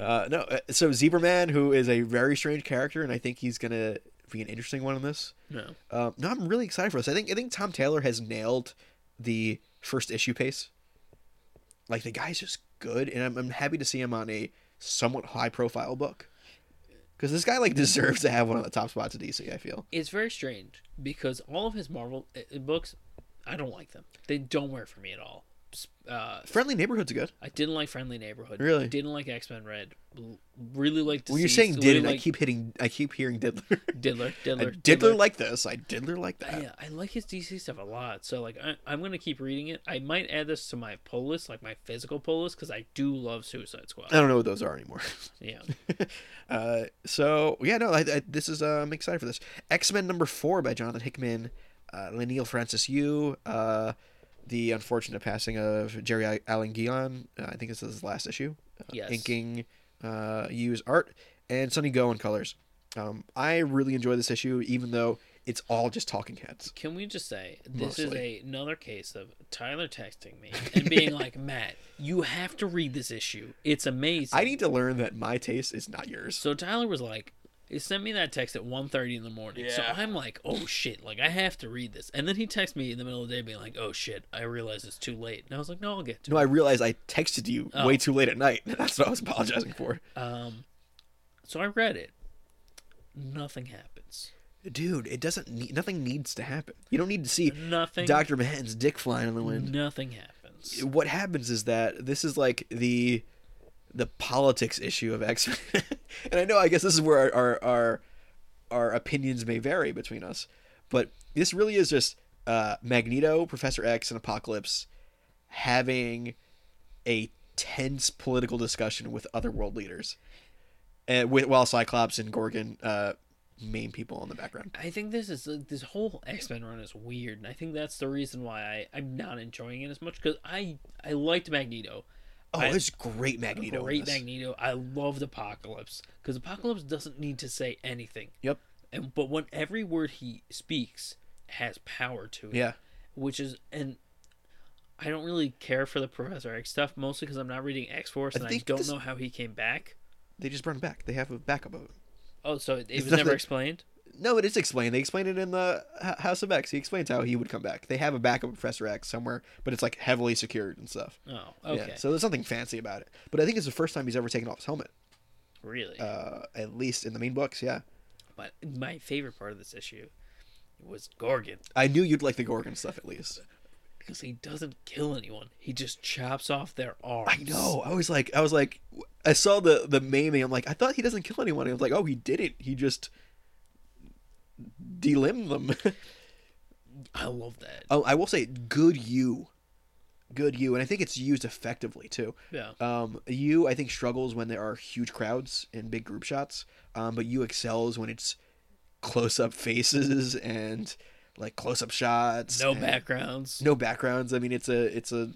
Speaker 1: uh, no, uh, so Zebraman, who is a very strange character, and I think he's gonna be an interesting one in this.
Speaker 2: No.
Speaker 1: Um, no, I'm really excited for this. I think I think Tom Taylor has nailed the first issue pace. Like the guy's just good, and I'm, I'm happy to see him on a somewhat high profile book. Because this guy like *laughs* deserves to have one of the top spots at DC. I feel.
Speaker 2: it's very strange because all of his Marvel uh, uh, books, I don't like them. They don't work for me at all. S- Uh,
Speaker 1: Friendly Neighborhood's good.
Speaker 2: I didn't like Friendly Neighborhood.
Speaker 1: Really?
Speaker 2: Didn't like X Men Red. L- Really liked.
Speaker 1: When you're
Speaker 2: Deceased,
Speaker 1: saying
Speaker 2: really
Speaker 1: didn't, I
Speaker 2: liked
Speaker 1: keep hitting. I keep hearing diddler. *laughs*
Speaker 2: Diddler,
Speaker 1: I
Speaker 2: Diddler,
Speaker 1: diddler, like this. I diddler like that.
Speaker 2: yeah, I like his DC stuff a lot. So like, I, I'm gonna keep reading it. I might add this to my pull list, like my physical pull list, because I do love Suicide Squad.
Speaker 1: I don't know what those are anymore. *laughs*
Speaker 2: yeah,
Speaker 1: Uh, so yeah, no, I, I, this is uh, I'm excited for this. X Men number four by Jonathan Hickman, uh, Lanil Francis Yu, uh, the unfortunate passing of Jerry I- Allen Guion. Uh, I think this is his last issue. Uh,
Speaker 2: Yes.
Speaker 1: Inking uh, Yu's art and Sonny Go in colors. Um, I really enjoy this issue, even though it's all just talking heads.
Speaker 2: Can we just say this is
Speaker 1: Mostly.
Speaker 2: a, another case of Tyler texting me and
Speaker 1: *laughs*
Speaker 2: being like, "Matt, you have to read this issue. It's amazing."
Speaker 1: I need to learn that my taste is not yours.
Speaker 2: So Tyler was like, he sent me that text at 1.30 in the morning. So
Speaker 1: Yeah.
Speaker 2: I'm like, oh shit, like I have to read this. And then he texts me in the middle of the day being like, oh shit, I realize it's too late. And I was like, no, I'll get to
Speaker 1: No, I realized I texted you way too late at night. *laughs* That's what I was apologizing for.
Speaker 2: it. Um, so I read it. Nothing happens.
Speaker 1: Dude, it doesn't need nothing needs to happen. You don't need to see
Speaker 2: Nothing.
Speaker 1: Dr. Manhattan's dick flying in the wind.
Speaker 2: nothing happens.
Speaker 1: What happens is that this is like the the politics issue of X Men, *laughs* and I know I guess this is where our, our our our opinions may vary between us, but this really is just uh, Magneto, Professor X, and Apocalypse having a tense political discussion with other world leaders, and with while Cyclops and Gorgon uh, main people in the background.
Speaker 2: I think this is uh, this whole X Men run is weird, and I think that's the reason why I I'm not enjoying it as much because I I liked Magneto,
Speaker 1: Oh,
Speaker 2: I-
Speaker 1: there's great Magneto. in
Speaker 2: great
Speaker 1: this.
Speaker 2: Magneto. I loved Apocalypse because Apocalypse doesn't need to say anything,
Speaker 1: Yep.
Speaker 2: and but when every word he speaks has power to it,
Speaker 1: Yeah.
Speaker 2: which is and. I don't really care for the Professor X stuff, mostly because I'm not reading X Force
Speaker 1: I
Speaker 2: and I
Speaker 1: think
Speaker 2: don't
Speaker 1: this-
Speaker 2: know how he came back.
Speaker 1: They just brought him back. They have a backup of him.
Speaker 2: Oh, so it, it
Speaker 1: It's
Speaker 2: was never
Speaker 1: nothing-
Speaker 2: explained.
Speaker 1: No, it is explained. They explain it in the H- House of X. He explains how he would come back. They have a backup of Professor X somewhere, but it's like heavily secured and stuff.
Speaker 2: Oh, okay,
Speaker 1: Yeah, so there's nothing fancy about it. But I think it's the first time he's ever taken off his helmet.
Speaker 2: really.
Speaker 1: Uh, at least in the main books, yeah.
Speaker 2: But my favorite part of this issue was Gorgon
Speaker 1: I knew you'd like the Gorgon stuff at least.
Speaker 2: because he doesn't kill anyone. He just chops off their arms.
Speaker 1: I know. I was like, I was like, I saw the the main thing. I'm like, I thought he doesn't kill anyone. I was like, oh, he didn't. He just delimbed them. *laughs*
Speaker 2: I love that.
Speaker 1: Oh, I will say, good you, good you, and I think it's used effectively too.
Speaker 2: Yeah.
Speaker 1: Um, you, I think, struggles when there are huge crowds and big group shots, um, but you excels when it's close-up *laughs* faces and like close-up shots.
Speaker 2: No
Speaker 1: and
Speaker 2: backgrounds.
Speaker 1: No backgrounds. I mean, it's a it's a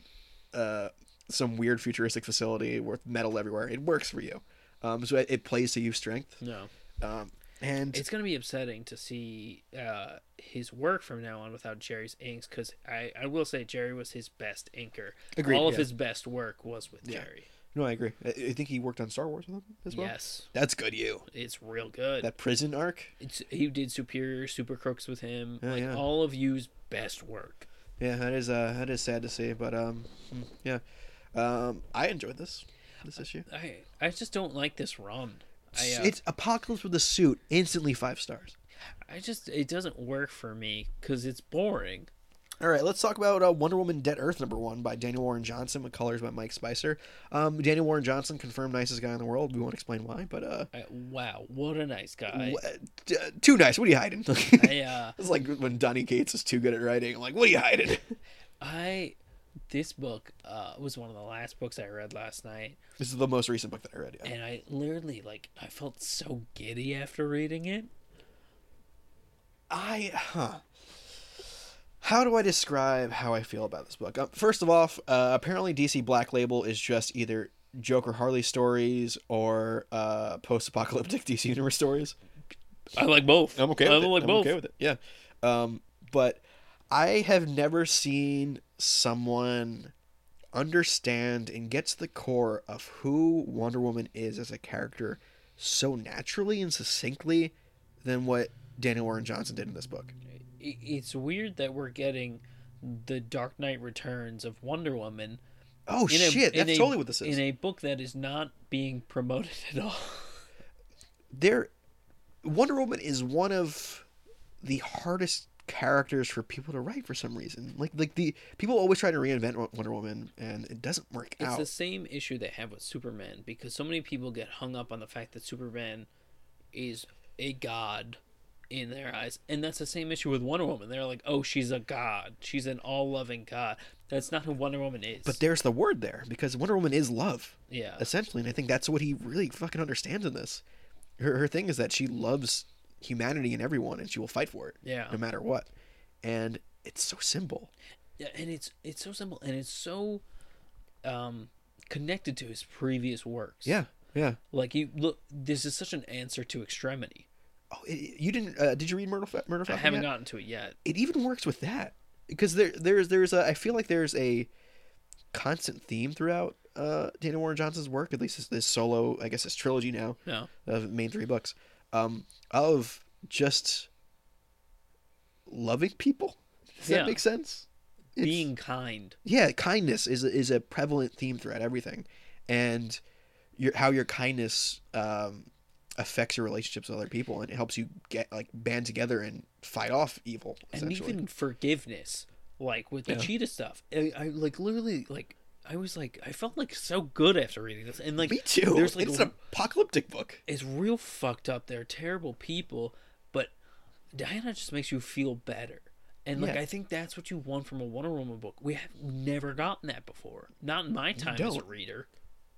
Speaker 1: uh, some weird futuristic facility with metal everywhere. It works for you. Um, so it, it plays to you strength.
Speaker 2: No.
Speaker 1: Um, and
Speaker 2: It's going to be upsetting to see uh, his work from now on without Jerry's inks because I, I will say Jerry was his best inker.
Speaker 1: Agreed,
Speaker 2: All of
Speaker 1: yeah.
Speaker 2: his best work was with Jerry.
Speaker 1: no, I agree. I, I think he worked on Star Wars with him as well.
Speaker 2: Yes.
Speaker 1: That's good, you.
Speaker 2: It's real good.
Speaker 1: That prison arc.
Speaker 2: It's, he did Superior, Super Crooks with him.
Speaker 1: Yeah,
Speaker 2: like
Speaker 1: yeah.
Speaker 2: all of you's best work.
Speaker 1: Yeah, that is uh that is sad to see, but um hmm, yeah. Um I enjoyed this this issue.
Speaker 2: I I just don't like this run. I, uh,
Speaker 1: It's Apocalypse with a suit, instantly five stars.
Speaker 2: I just it doesn't work for me because it's boring.
Speaker 1: All right, let's talk about uh, Wonder Woman Dead Earth number one by Daniel Warren Johnson with colors by Mike Spicer. Um, Daniel Warren Johnson confirmed nicest guy in the world. We won't explain why, but uh,
Speaker 2: I, wow, what a nice guy.
Speaker 1: wh- d- uh, too nice. What are you hiding? *laughs* it's
Speaker 2: I uh,
Speaker 1: like when Donny Cates is too good at writing. I'm like, what are you hiding? *laughs*
Speaker 2: I this book uh was one of the last books I read last night,
Speaker 1: this is the most recent book that I read. Yeah.
Speaker 2: and I literally like I felt so giddy after reading it.
Speaker 1: I huh. How do I describe how I feel about this book? Uh, first of all, uh, apparently DC Black Label is just either Joker Harley stories or uh, post-apocalyptic *laughs* DC Universe stories.
Speaker 2: I like both.
Speaker 1: I'm okay
Speaker 2: I
Speaker 1: with it.
Speaker 2: like
Speaker 1: I'm
Speaker 2: both.
Speaker 1: okay with it. Yeah. Um, but I have never seen someone understand and get to the core of who Wonder Woman is as a character so naturally and succinctly than what Daniel Warren Johnson did in this book.
Speaker 2: I- It's weird that we're getting the Dark Knight Returns of Wonder Woman
Speaker 1: Oh
Speaker 2: in a,
Speaker 1: shit!
Speaker 2: in
Speaker 1: That's
Speaker 2: a-
Speaker 1: totally what this is.
Speaker 2: in a book that is not being promoted at
Speaker 1: *laughs*
Speaker 2: all.
Speaker 1: there, Wonder Woman is one of the hardest characters for people to write for some reason. Like like the people always try to reinvent Wo- Wonder Woman, and it doesn't work
Speaker 2: It's
Speaker 1: out.
Speaker 2: the same issue they have with Superman because so many people get hung up on the fact that Superman is a god in their eyes. And that's the same issue with Wonder Woman. They're like, oh, she's a god. She's an all loving god. That's not who Wonder Woman is.
Speaker 1: But there's the word there because Wonder Woman is love,
Speaker 2: yeah.
Speaker 1: essentially, and I think that's what he really fucking understands in this. Her her thing is that she loves humanity and everyone, and she will fight for it,
Speaker 2: Yeah.
Speaker 1: no matter what. And it's so simple.
Speaker 2: Yeah, and it's it's so simple and it's so um connected to his previous works.
Speaker 1: Yeah, yeah.
Speaker 2: Like you look this is such an answer to extremity.
Speaker 1: Oh, it, you didn't? Uh, did you read Murder? Fa- Murder?
Speaker 2: I
Speaker 1: Falcon
Speaker 2: haven't
Speaker 1: yet?
Speaker 2: gotten to it yet.
Speaker 1: it even works with that because there there's there's a I feel like there's a constant theme throughout uh Dana Warren Johnson's work at least this, this solo I guess this trilogy now
Speaker 2: No.
Speaker 1: of the main three books um of just loving people does
Speaker 2: Yeah.
Speaker 1: that make sense It's-
Speaker 2: Being kind.
Speaker 1: yeah kindness is a, is a prevalent theme throughout everything and your how your kindness um affects your relationships with other people and it helps you get like band together and fight off evil
Speaker 2: and
Speaker 1: essentially.
Speaker 2: even forgiveness like with the cheetah stuff I, I like literally like I was like, I felt like so good after reading this, and like
Speaker 1: Me too.
Speaker 2: There's like
Speaker 1: it's an apocalyptic book.
Speaker 2: it's real fucked up. They're terrible people, but Diana just makes you feel better. And like
Speaker 1: Yeah.
Speaker 2: I think that's what you want from a Wonder Woman book. We have never gotten that before. Not in my time as a
Speaker 1: don't.
Speaker 2: reader.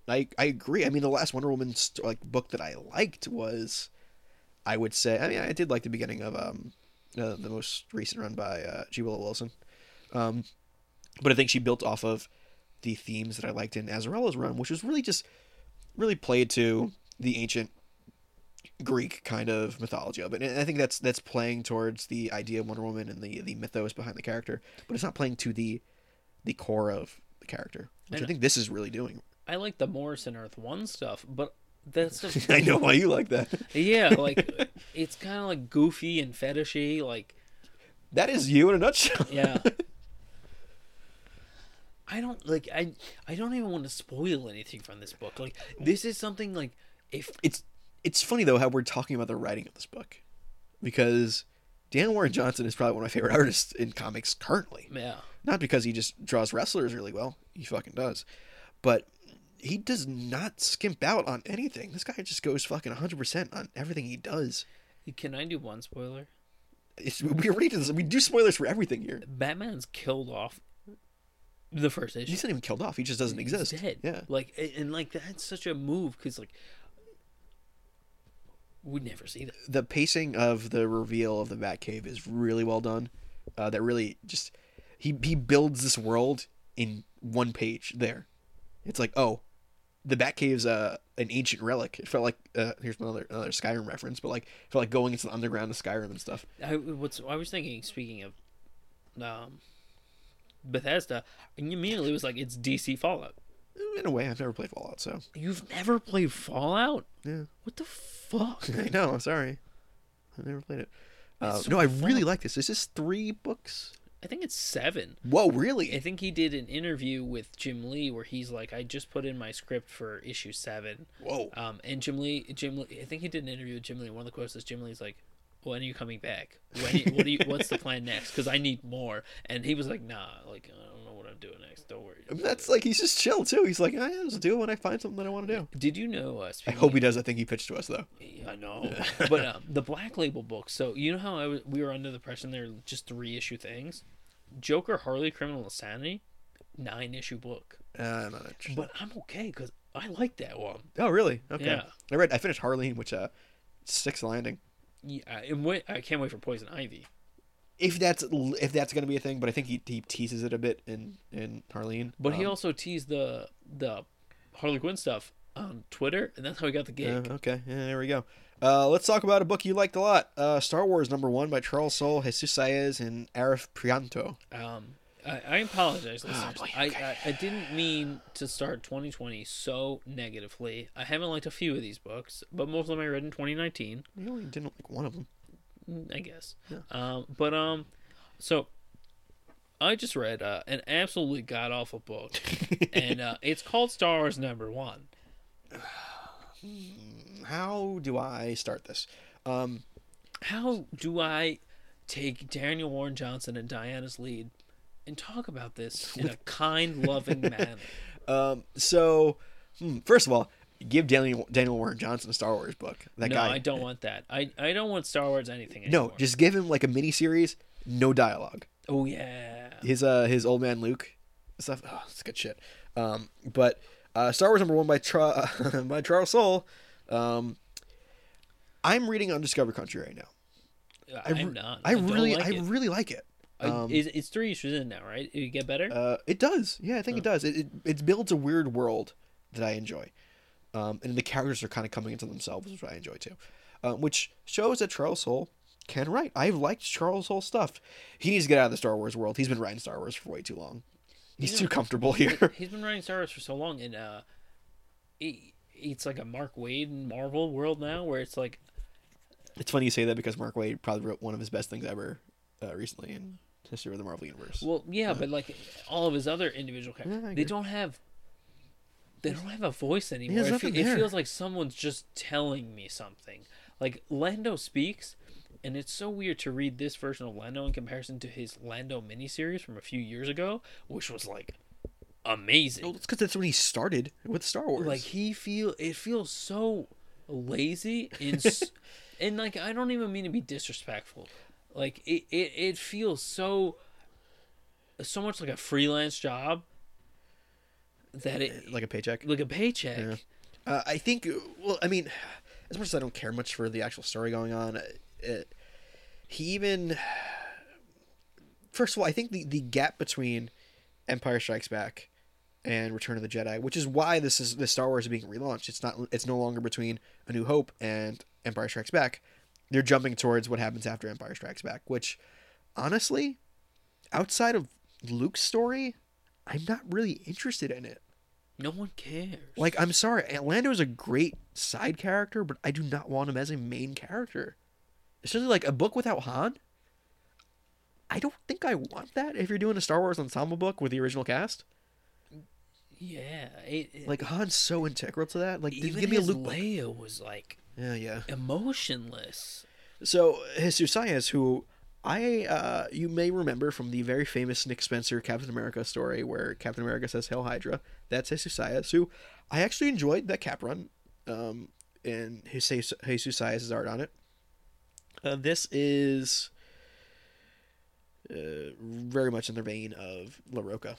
Speaker 1: I I agree. I mean, the last Wonder Woman st- like book that I liked was, I would say, I mean, I did like the beginning of um, uh, the most recent run by uh, G. Willow Wilson, um, but I think she built off of the themes that I liked in Azarella's run, which was really just really played to the ancient Greek kind of mythology of it, and I think that's that's playing towards the idea of Wonder Woman and the the mythos behind the character, but it's not playing to the the core of the character, which I
Speaker 2: And-
Speaker 1: think this is really doing.
Speaker 2: I like the Morrison Earth One stuff, but
Speaker 1: *laughs*
Speaker 2: that's the
Speaker 1: I know why you like that.
Speaker 2: yeah, like it's kind of like goofy and fetishy. Like
Speaker 1: That is you in a nutshell. *laughs*
Speaker 2: yeah, I don't like I I don't even want to spoil anything from this book. Like this is something like if
Speaker 1: It's it's funny though how we're talking about the writing of this book, because Dan Warren Johnson is probably one of my favorite *laughs* artists in comics currently.
Speaker 2: yeah
Speaker 1: Not because he just draws wrestlers really well, he fucking does, but he does not skimp out on anything. This guy just goes fucking 100% on everything he does.
Speaker 2: can I do one spoiler?
Speaker 1: It's, *laughs* we already did this. We do spoilers for everything here.
Speaker 2: Batman's killed off the first issue.
Speaker 1: He's not even killed off. He just doesn't
Speaker 2: He's
Speaker 1: exist.
Speaker 2: dead.
Speaker 1: Yeah.
Speaker 2: Like a- and like that's such a move because like we never see that.
Speaker 1: the pacing of the reveal of the Batcave is really well done. Uh, that really just he he builds this world in one page. There, it's like oh, the Batcave's uh, an ancient relic. It felt like uh, here's another another Skyrim reference, but like it felt like going into the underground of Skyrim and stuff.
Speaker 2: I what's I was thinking. Speaking of um, Bethesda, and immediately was like it's DC Fallout.
Speaker 1: In a way, I've never played Fallout,
Speaker 2: *laughs*
Speaker 1: so
Speaker 2: You've never played Fallout?
Speaker 1: yeah.
Speaker 2: What the fuck? *laughs*
Speaker 1: I know. I'm sorry, I've never played it. Uh,
Speaker 2: It's so
Speaker 1: no, I
Speaker 2: fun.
Speaker 1: really like this. This is three books.
Speaker 2: I think it's seven.
Speaker 1: Whoa, really?
Speaker 2: I think he did an interview with Jim Lee where he's like, I just put in my script for issue seven.
Speaker 1: Whoa.
Speaker 2: Um, and Jim Lee, Jim Lee, I think he did an interview with Jim Lee. One of the quotes is Jim Lee's like, "When are you coming back? When you, what do you? What's the plan next? Because I need more." And he was like, "Nah, like I don't know what I'm doing next. Don't worry."
Speaker 1: I mean, That's like he's just chill too. He's like, I just do it when I find something that I want to do.
Speaker 2: Did you know? Uh, E,
Speaker 1: I hope he does. I think he pitched to us though.
Speaker 2: I know, but um, the Black Label book. So you know how I was, we were under the impression they're just to reissue things. Joker, Harley, Criminal Insanity, nine issue book.
Speaker 1: Uh, I'm not interested.
Speaker 2: But I'm okay because I like that one.
Speaker 1: oh, really? Okay.
Speaker 2: Yeah.
Speaker 1: I read. I finished Harleen, which uh, sixth landing.
Speaker 2: Yeah, and wait, I can't wait for Poison Ivy.
Speaker 1: If that's if that's gonna be a thing, but I think he, he teases it a bit in in Harleen.
Speaker 2: But he
Speaker 1: Um,
Speaker 2: also teased the the Harley Quinn stuff on Twitter, and that's how he got the gig.
Speaker 1: yeah, Uh, okay. Yeah, there we go. Uh, let's talk about a book you liked a lot. Uh, Star Wars number one by Charles Soule, Jesus Saez, and Arif Prianto.
Speaker 2: Um, I, I apologize, listeners.
Speaker 1: Uh-huh. Oh, boy,
Speaker 2: I,
Speaker 1: okay.
Speaker 2: I I didn't mean to start 2020 so negatively. I haven't liked a few of these books, but most of them I read in 2019,
Speaker 1: You only didn't like one of them.
Speaker 2: mm, I guess. Um, but um, so I just read uh, an absolutely god awful
Speaker 1: *laughs*
Speaker 2: book, and uh, it's called Star Wars Number One.
Speaker 1: How do I start this? Um,
Speaker 2: how do I take Daniel Warren Johnson and Diana's lead and talk about this in a kind,
Speaker 1: *laughs*
Speaker 2: loving manner?
Speaker 1: um, so, hmm, first of all, give Daniel Daniel Warren Johnson a Star Wars book. That
Speaker 2: No,
Speaker 1: guy.
Speaker 2: I don't want that. I, I don't want Star Wars anything anymore.
Speaker 1: No, just give him like a mini series, no dialogue.
Speaker 2: oh yeah.
Speaker 1: His uh his old man Luke stuff. Oh, it's good shit. Um, but uh, Star Wars number one by Tra- *laughs* by Charles Soule. Um, I'm reading Undiscovered Country right now.
Speaker 2: I,
Speaker 1: re-
Speaker 2: am not. I,
Speaker 1: I really,
Speaker 2: don't like
Speaker 1: I
Speaker 2: it.
Speaker 1: really like it.
Speaker 2: I-
Speaker 1: um,
Speaker 2: is- it's three issues in now, right? You get better.
Speaker 1: Uh, it does. Yeah, I think it does. It, it it builds a weird world that I enjoy, um, and the characters are kind of coming into themselves, which I enjoy too, um, which shows that Charles Soule can write. I've liked Charles Soule stuff. He needs to get out of the Star Wars world. He's been writing Star Wars for way too long. He's too comfortable *laughs* here.
Speaker 2: He's been writing Star Wars for so long, and uh, he, it's like a Mark Wade and Marvel world now, where it's like
Speaker 1: it's funny you say that because Mark Wade probably wrote one of his best things ever uh, recently in history of the Marvel universe.
Speaker 2: Well, yeah, but like all of his other individual
Speaker 1: Yeah, I
Speaker 2: characters, they
Speaker 1: agree.
Speaker 2: don't have. They don't have a voice anymore.
Speaker 1: there's
Speaker 2: It, fe-
Speaker 1: nothing
Speaker 2: it
Speaker 1: there.
Speaker 2: feels like someone's just telling me something. Like Lando speaks, and it's so weird to read this version of Lando in comparison to his Lando miniseries from a few years ago, which was like amazing.
Speaker 1: Well, it's because that's when he started with Star Wars.
Speaker 2: Like he feel it feels so lazy and
Speaker 1: *laughs*
Speaker 2: s- and like I don't even mean to be disrespectful. Like it, it it feels so so much like a freelance job that it
Speaker 1: like a paycheck.
Speaker 2: like a paycheck.
Speaker 1: Yeah. Uh, I think. Well, I mean, as much as I don't care much for the actual story going on, it, he even. First of all, I think the, the gap between Empire Strikes Back and Return of the Jedi, which is why this is the Star Wars is being relaunched. It's not. It's no longer between A New Hope and Empire Strikes Back. They're jumping towards what happens after Empire Strikes Back, which, honestly, outside of Luke's story, I'm not really interested in it.
Speaker 2: No one cares.
Speaker 1: Like, I'm sorry, Lando is a great side character, but I do not want him as a main character. Especially like a book without Han. I don't think I want that. If you're doing a Star Wars ensemble book with the original cast,
Speaker 2: yeah, it, it-
Speaker 1: like Han's so integral to that. Like,
Speaker 2: even
Speaker 1: give me a
Speaker 2: his
Speaker 1: Luke. book.
Speaker 2: Leia was like
Speaker 1: Yeah, yeah.
Speaker 2: emotionless.
Speaker 1: So Jesus Saez, who I uh, you may remember from the very famous Nick Spencer Captain America story where Captain America says "Hail Hydra." That's Jesus Saez, who I actually enjoyed that cap run, um, and his Jesus Saez's art on it. Uh, this is uh, very much in the vein of La Roca,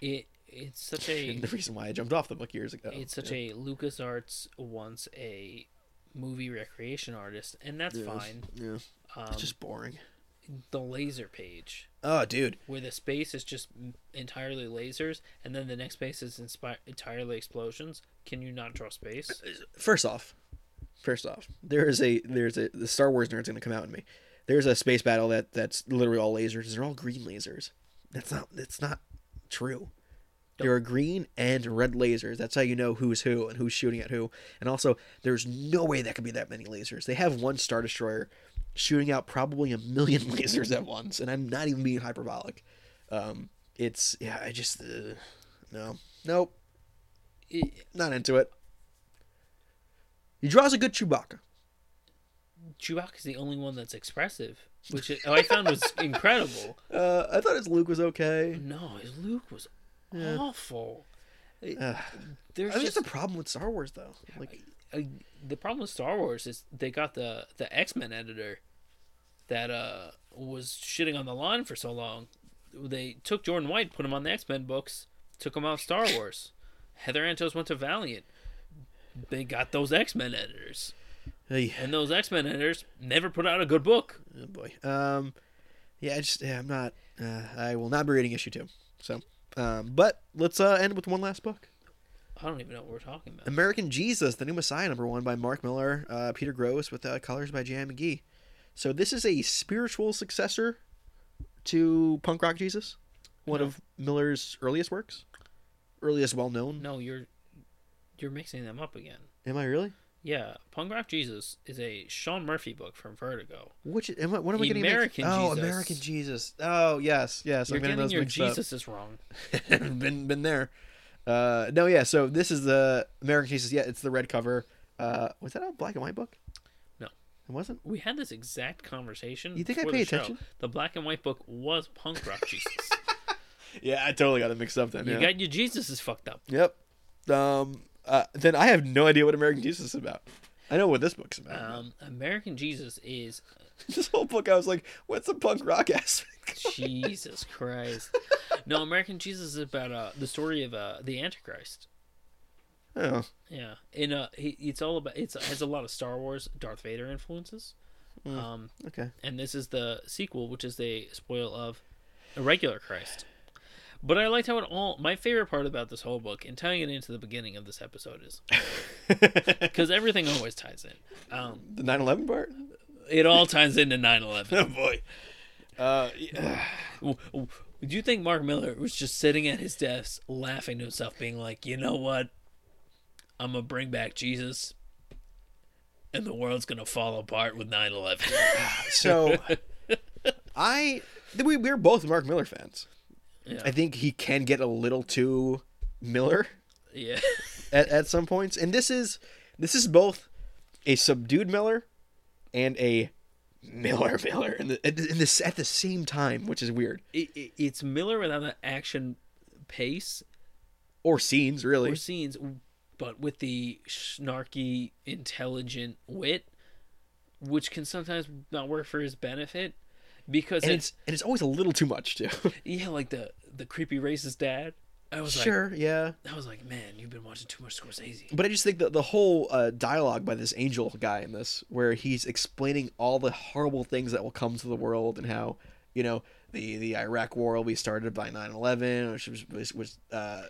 Speaker 2: It it's such a
Speaker 1: and the reason why I jumped off the book years ago.
Speaker 2: it's such a LucasArts once a movie recreation artist, and that's fine.
Speaker 1: Yeah,
Speaker 2: Um,
Speaker 1: it's just boring.
Speaker 2: the laser page
Speaker 1: Oh, dude,
Speaker 2: where the space is just m- entirely lasers, and then the next space is inspi- entirely explosions. Can you not draw
Speaker 1: Uh,
Speaker 2: space?
Speaker 1: first off, first off, there is a there's a the Star Wars nerd's gonna come out in me. There's a space battle that that's literally all lasers. They're all green lasers. That's not that's not true. There are green and red lasers. That's how you know who's who and who's shooting at who. And also, there's no way that could be that many lasers. They have one star destroyer shooting out probably a million *laughs* lasers at once, and I'm not even being hyperbolic. Um, it's yeah, I just uh, no, nope,
Speaker 2: It,
Speaker 1: not into it. He draws a good Chewbacca.
Speaker 2: Chewbacca's the only one that's expressive, which I- I
Speaker 1: *laughs*
Speaker 2: found was incredible.
Speaker 1: Uh, I thought his Luke was okay.
Speaker 2: No, his Luke was awful. It-
Speaker 1: Ugh. I
Speaker 2: There's
Speaker 1: think
Speaker 2: just
Speaker 1: it's a problem with Star Wars though. Like,
Speaker 2: I, uh, the problem with Star Wars is they got the the X Men editor that uh was shitting on the line for so long. They took Jordan White, put him on the X Men books, took him out of Star Wars. Heather Antos went to Valiant. They got those X Men editors,
Speaker 1: hey,
Speaker 2: and those X Men editors never put out a good book.
Speaker 1: oh boy. Um, yeah, I just yeah, I'm not. Uh, I will not be reading issue two. So, um, but let's uh, end with one last book.
Speaker 2: I don't even know what we're talking about.
Speaker 1: American Jesus, The New Messiah, number one by Mark Miller, uh, Peter Gross, with uh, colors by Jan McGee. So this is a spiritual successor to Punk Rock Jesus, one of Miller's earliest works, earliest well-known.
Speaker 2: No, you're you're mixing them up again.
Speaker 1: Am I really?
Speaker 2: Yeah, Punk Rock Jesus is a Sean Murphy book from Vertigo.
Speaker 1: Which am I, what am I getting? mixed-
Speaker 2: American
Speaker 1: Oh,
Speaker 2: Jesus.
Speaker 1: American Jesus. Oh, yes, yes.
Speaker 2: You're
Speaker 1: I'm getting
Speaker 2: getting
Speaker 1: those
Speaker 2: your
Speaker 1: mixed up.
Speaker 2: Jesus is wrong.
Speaker 1: *laughs* been been there. Uh, no, yeah. So this is the American Jesus. Yeah, it's the red cover. Uh, was that a black and white book?
Speaker 2: No.
Speaker 1: it wasn't.
Speaker 2: We had this exact conversation.
Speaker 1: You think I
Speaker 2: before
Speaker 1: pay
Speaker 2: the show.
Speaker 1: attention?
Speaker 2: The black and white book was
Speaker 1: *laughs*
Speaker 2: punk rock Jesus.
Speaker 1: Yeah, I totally got it mixed up then.
Speaker 2: You
Speaker 1: yeah.
Speaker 2: got your Jesus is fucked up.
Speaker 1: Yep. Um. Uh, then I have no idea what American Jesus is about. I know what this book's about.
Speaker 2: Um, American Jesus is
Speaker 1: *laughs* this whole book, I was like, "What's the punk rock *laughs* aspect?"
Speaker 2: Jesus Christ. No, American Jesus is about uh, the story of uh, the Antichrist.
Speaker 1: oh,
Speaker 2: Yeah, and uh, he, it's all about it's it has a lot of Star Wars, Darth Vader influences.
Speaker 1: Mm.
Speaker 2: Um,
Speaker 1: *laughs* okay.
Speaker 2: and this is the sequel, which is a spoil of Irregular Christ. But I liked how it all. My favorite part about this whole book, and tying it into the beginning of this episode, is
Speaker 1: the
Speaker 2: because everything always ties in. Um,
Speaker 1: 9/11 part.
Speaker 2: it all ties into *laughs* 9-11.
Speaker 1: Oh boy. Uh, yeah.
Speaker 2: W- w- Do you think Mark Miller was just sitting at his desk laughing to himself, being like, you know what? I'm going to bring back Jesus, and the world's going to fall apart with *laughs* 9-11. *laughs*
Speaker 1: so I we we're both Mark Miller fans.
Speaker 2: Yeah.
Speaker 1: I think he can get a little too Miller
Speaker 2: yeah.
Speaker 1: at, at some points, and this is this is both a subdued Miller and a Miller *laughs* Miller in the, in the, at the same time, which is weird.
Speaker 2: It, it, it's Miller without that action pace
Speaker 1: or scenes really.
Speaker 2: or scenes, but with the snarky, intelligent wit, which can sometimes not work for his benefit because
Speaker 1: and
Speaker 2: it's,
Speaker 1: it's and it's always a little too much too.
Speaker 2: yeah, like the the creepy racist dad. I
Speaker 1: *laughs*
Speaker 2: was
Speaker 1: sure, yeah.
Speaker 2: like, I was like, man, you've been watching too much Scorsese.
Speaker 1: But I just think that the whole uh, dialogue by this angel guy in this, where he's explaining all the horrible things that will come to the world and how, you know, the, the Iraq War will be started by 9-11, which was, was, was uh,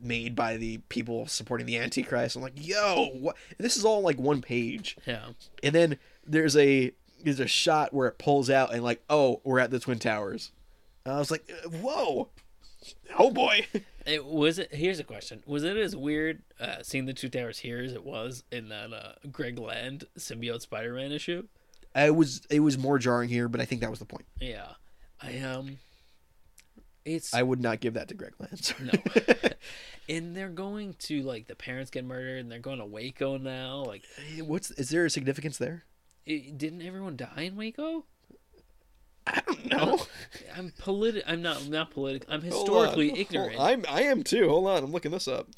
Speaker 1: made by the people supporting the Antichrist. I'm like, yo, what? And this is all like one page.
Speaker 2: Yeah,
Speaker 1: And then there's a there's a shot where it pulls out and like, oh, we're at the Twin Towers. And I was like, uh, whoa, oh boy. *laughs*
Speaker 2: it was. It, here's a question: Was it as weird uh, seeing the two towers here as it was in that uh, Greg Land symbiote Spider-Man issue?
Speaker 1: it was it was more jarring here, but I think that was the point.
Speaker 2: Yeah, I um, it's
Speaker 1: I would not give that to Greg Land. *laughs*
Speaker 2: No. and they're going to like the parents get murdered and they're going to Waco now. Like
Speaker 1: What's is there a significance
Speaker 2: *coughs*
Speaker 1: there?
Speaker 2: it, didn't everyone die in Waco?
Speaker 1: I don't know.
Speaker 2: I'm politi- I'm not I'm not political. I'm historically ignorant.
Speaker 1: I'm I am too. Hold on, I'm looking this up.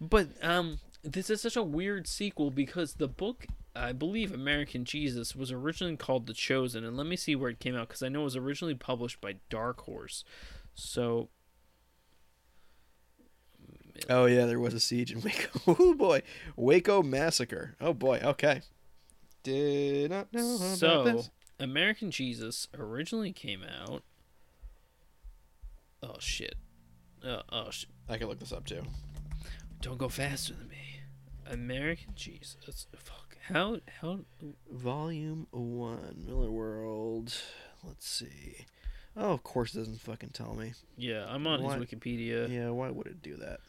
Speaker 2: But um this is such a weird sequel because the book I believe American Jesus was originally called The Chosen and let me see where it came out cuz I know it was originally published by Dark Horse.
Speaker 1: *laughs*
Speaker 2: So
Speaker 1: Oh yeah, there was a siege in Waco. *laughs* oh boy, Waco massacre. Oh boy. Okay. Did not know about
Speaker 2: So,
Speaker 1: this.
Speaker 2: American Jesus originally came out. Oh shit! Uh, oh, sh-
Speaker 1: I can look this up too.
Speaker 2: don't go faster than me. American Jesus. Fuck. How? How?
Speaker 1: Volume one, Miller World. Let's see. Oh, of course, it doesn't fucking tell me.
Speaker 2: Yeah, I'm on
Speaker 1: What?
Speaker 2: his Wikipedia.
Speaker 1: Yeah, why would it do that?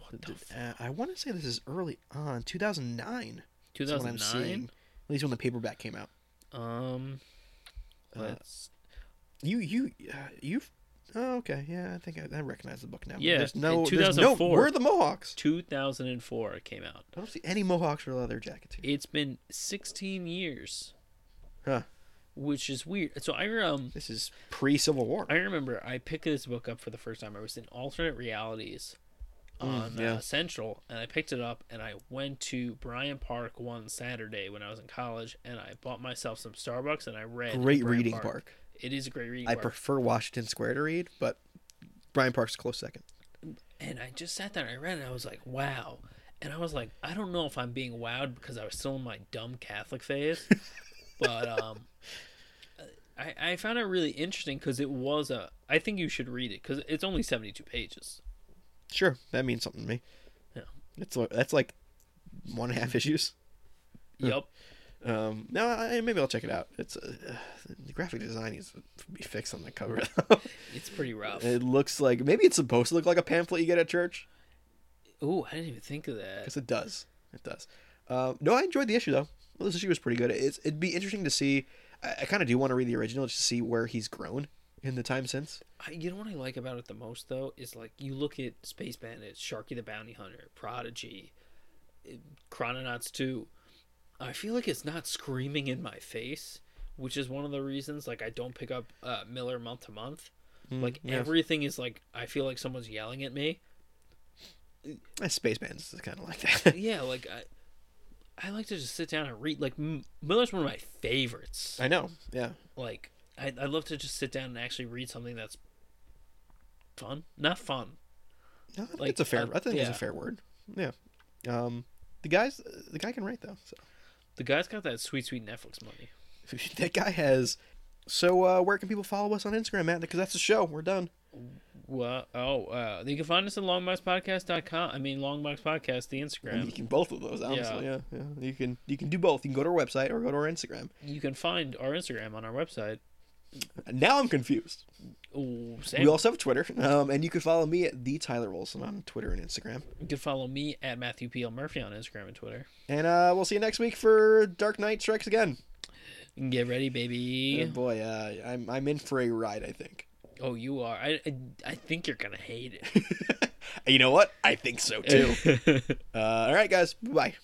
Speaker 2: What the?
Speaker 1: Did-
Speaker 2: F-
Speaker 1: uh, I want to say this is early on, 2009. is what I'm
Speaker 2: 2009.
Speaker 1: seeing. At least when the paperback came out.
Speaker 2: Um.
Speaker 1: Uh,
Speaker 2: Let's.
Speaker 1: You you uh, you've oh, okay yeah I think I, I recognize the book now.
Speaker 2: Yeah,
Speaker 1: there's
Speaker 2: in
Speaker 1: no there's no
Speaker 2: 2004.
Speaker 1: we're the Mohawks.
Speaker 2: 2004 it came out.
Speaker 1: I don't see any Mohawks or leather jackets here.
Speaker 2: It's been 16 years,
Speaker 1: Huh.
Speaker 2: which is weird. So I um.
Speaker 1: This is pre Civil War.
Speaker 2: I remember I picked this book up for the first time. I was in alternate realities on
Speaker 1: Mm, yeah.
Speaker 2: uh, Central, and I picked it up and I went to Bryant Park one Saturday when I was in college, and I bought myself some Starbucks and I read. in
Speaker 1: Great
Speaker 2: Bryant
Speaker 1: reading park.
Speaker 2: It is a great reading
Speaker 1: I
Speaker 2: park.
Speaker 1: prefer Washington Square to read, but Brian Park's a close second.
Speaker 2: and I just sat there and I read it, and I was like, wow. And I was like, I don't know if I'm being wowed because I was still in my dumb Catholic phase, but um, I, I found it really interesting because it was a. I think you should read it because it's only 72 pages.
Speaker 1: Sure, that means something to me.
Speaker 2: Yeah.
Speaker 1: It's li- that's like one and a half issues.
Speaker 2: Yep.
Speaker 1: Um, no, I, maybe I'll check it out. It's uh, uh, the graphic design needs to be fixed on the cover. though. *laughs*
Speaker 2: It's pretty rough.
Speaker 1: it looks like maybe it's supposed to look like a pamphlet you get at church.
Speaker 2: Ooh, I didn't even think of that.
Speaker 1: Yes, it does. It does. Um, no, I enjoyed the issue though. Well, this issue was pretty good. It's, it'd be interesting to see. I, I kind of do want to read the original just to see where he's grown in the time since.
Speaker 2: I, you know what I like about it the most though is like you look at Space Bandits, Sharky the Bounty Hunter, Prodigy, eh, Chrononauts 2. I feel like it's not screaming in my face, which is one of the reasons like I don't pick up uh, Miller month to month. Like
Speaker 1: Mm, yeah.
Speaker 2: everything is like I feel like someone's yelling at me.
Speaker 1: Uh, Space Bands is kind of like that. *laughs*
Speaker 2: *laughs* Yeah, like I I like to just sit down and read like M- Miller's one of my favorites.
Speaker 1: I know. Yeah.
Speaker 2: like I, I love to just sit down and actually read something that's fun not fun
Speaker 1: No, I think
Speaker 2: Like,
Speaker 1: it's a fair.
Speaker 2: uh,
Speaker 1: I think it's a
Speaker 2: yeah.
Speaker 1: fair word. Yeah. Um, the guys, the guy can write though. So. *laughs*
Speaker 2: the guy's got that sweet sweet netflix money
Speaker 1: that guy has. So uh, where can people follow us on Instagram, Matt? Because that's the show. We're done.
Speaker 2: well oh uh you can find us at longboxpodcast.com i mean longboxpodcast the
Speaker 1: And *laughs* you
Speaker 2: instagram
Speaker 1: can both of those, honestly. Yeah. yeah, You can you can do both. You can go to our website or go to our Instagram.
Speaker 2: you can find our instagram on our website
Speaker 1: Now I'm confused.
Speaker 2: Ooh,
Speaker 1: We
Speaker 2: Sam,
Speaker 1: also have Twitter, um, and you can follow me at the Tyler Wilson on Twitter and Instagram.
Speaker 2: you can follow me at matthew pl murphy on instagram and twitter
Speaker 1: And uh, we'll see you next week for Dark Knight Strikes Again.
Speaker 2: get ready
Speaker 1: Oh,
Speaker 2: baby
Speaker 1: boy, uh, I'm I'm in for a ride. I think. *laughs*
Speaker 2: oh you are I, I i think you're gonna hate it *laughs*
Speaker 1: you know what? I think so too. uh, all right, guys. Bye.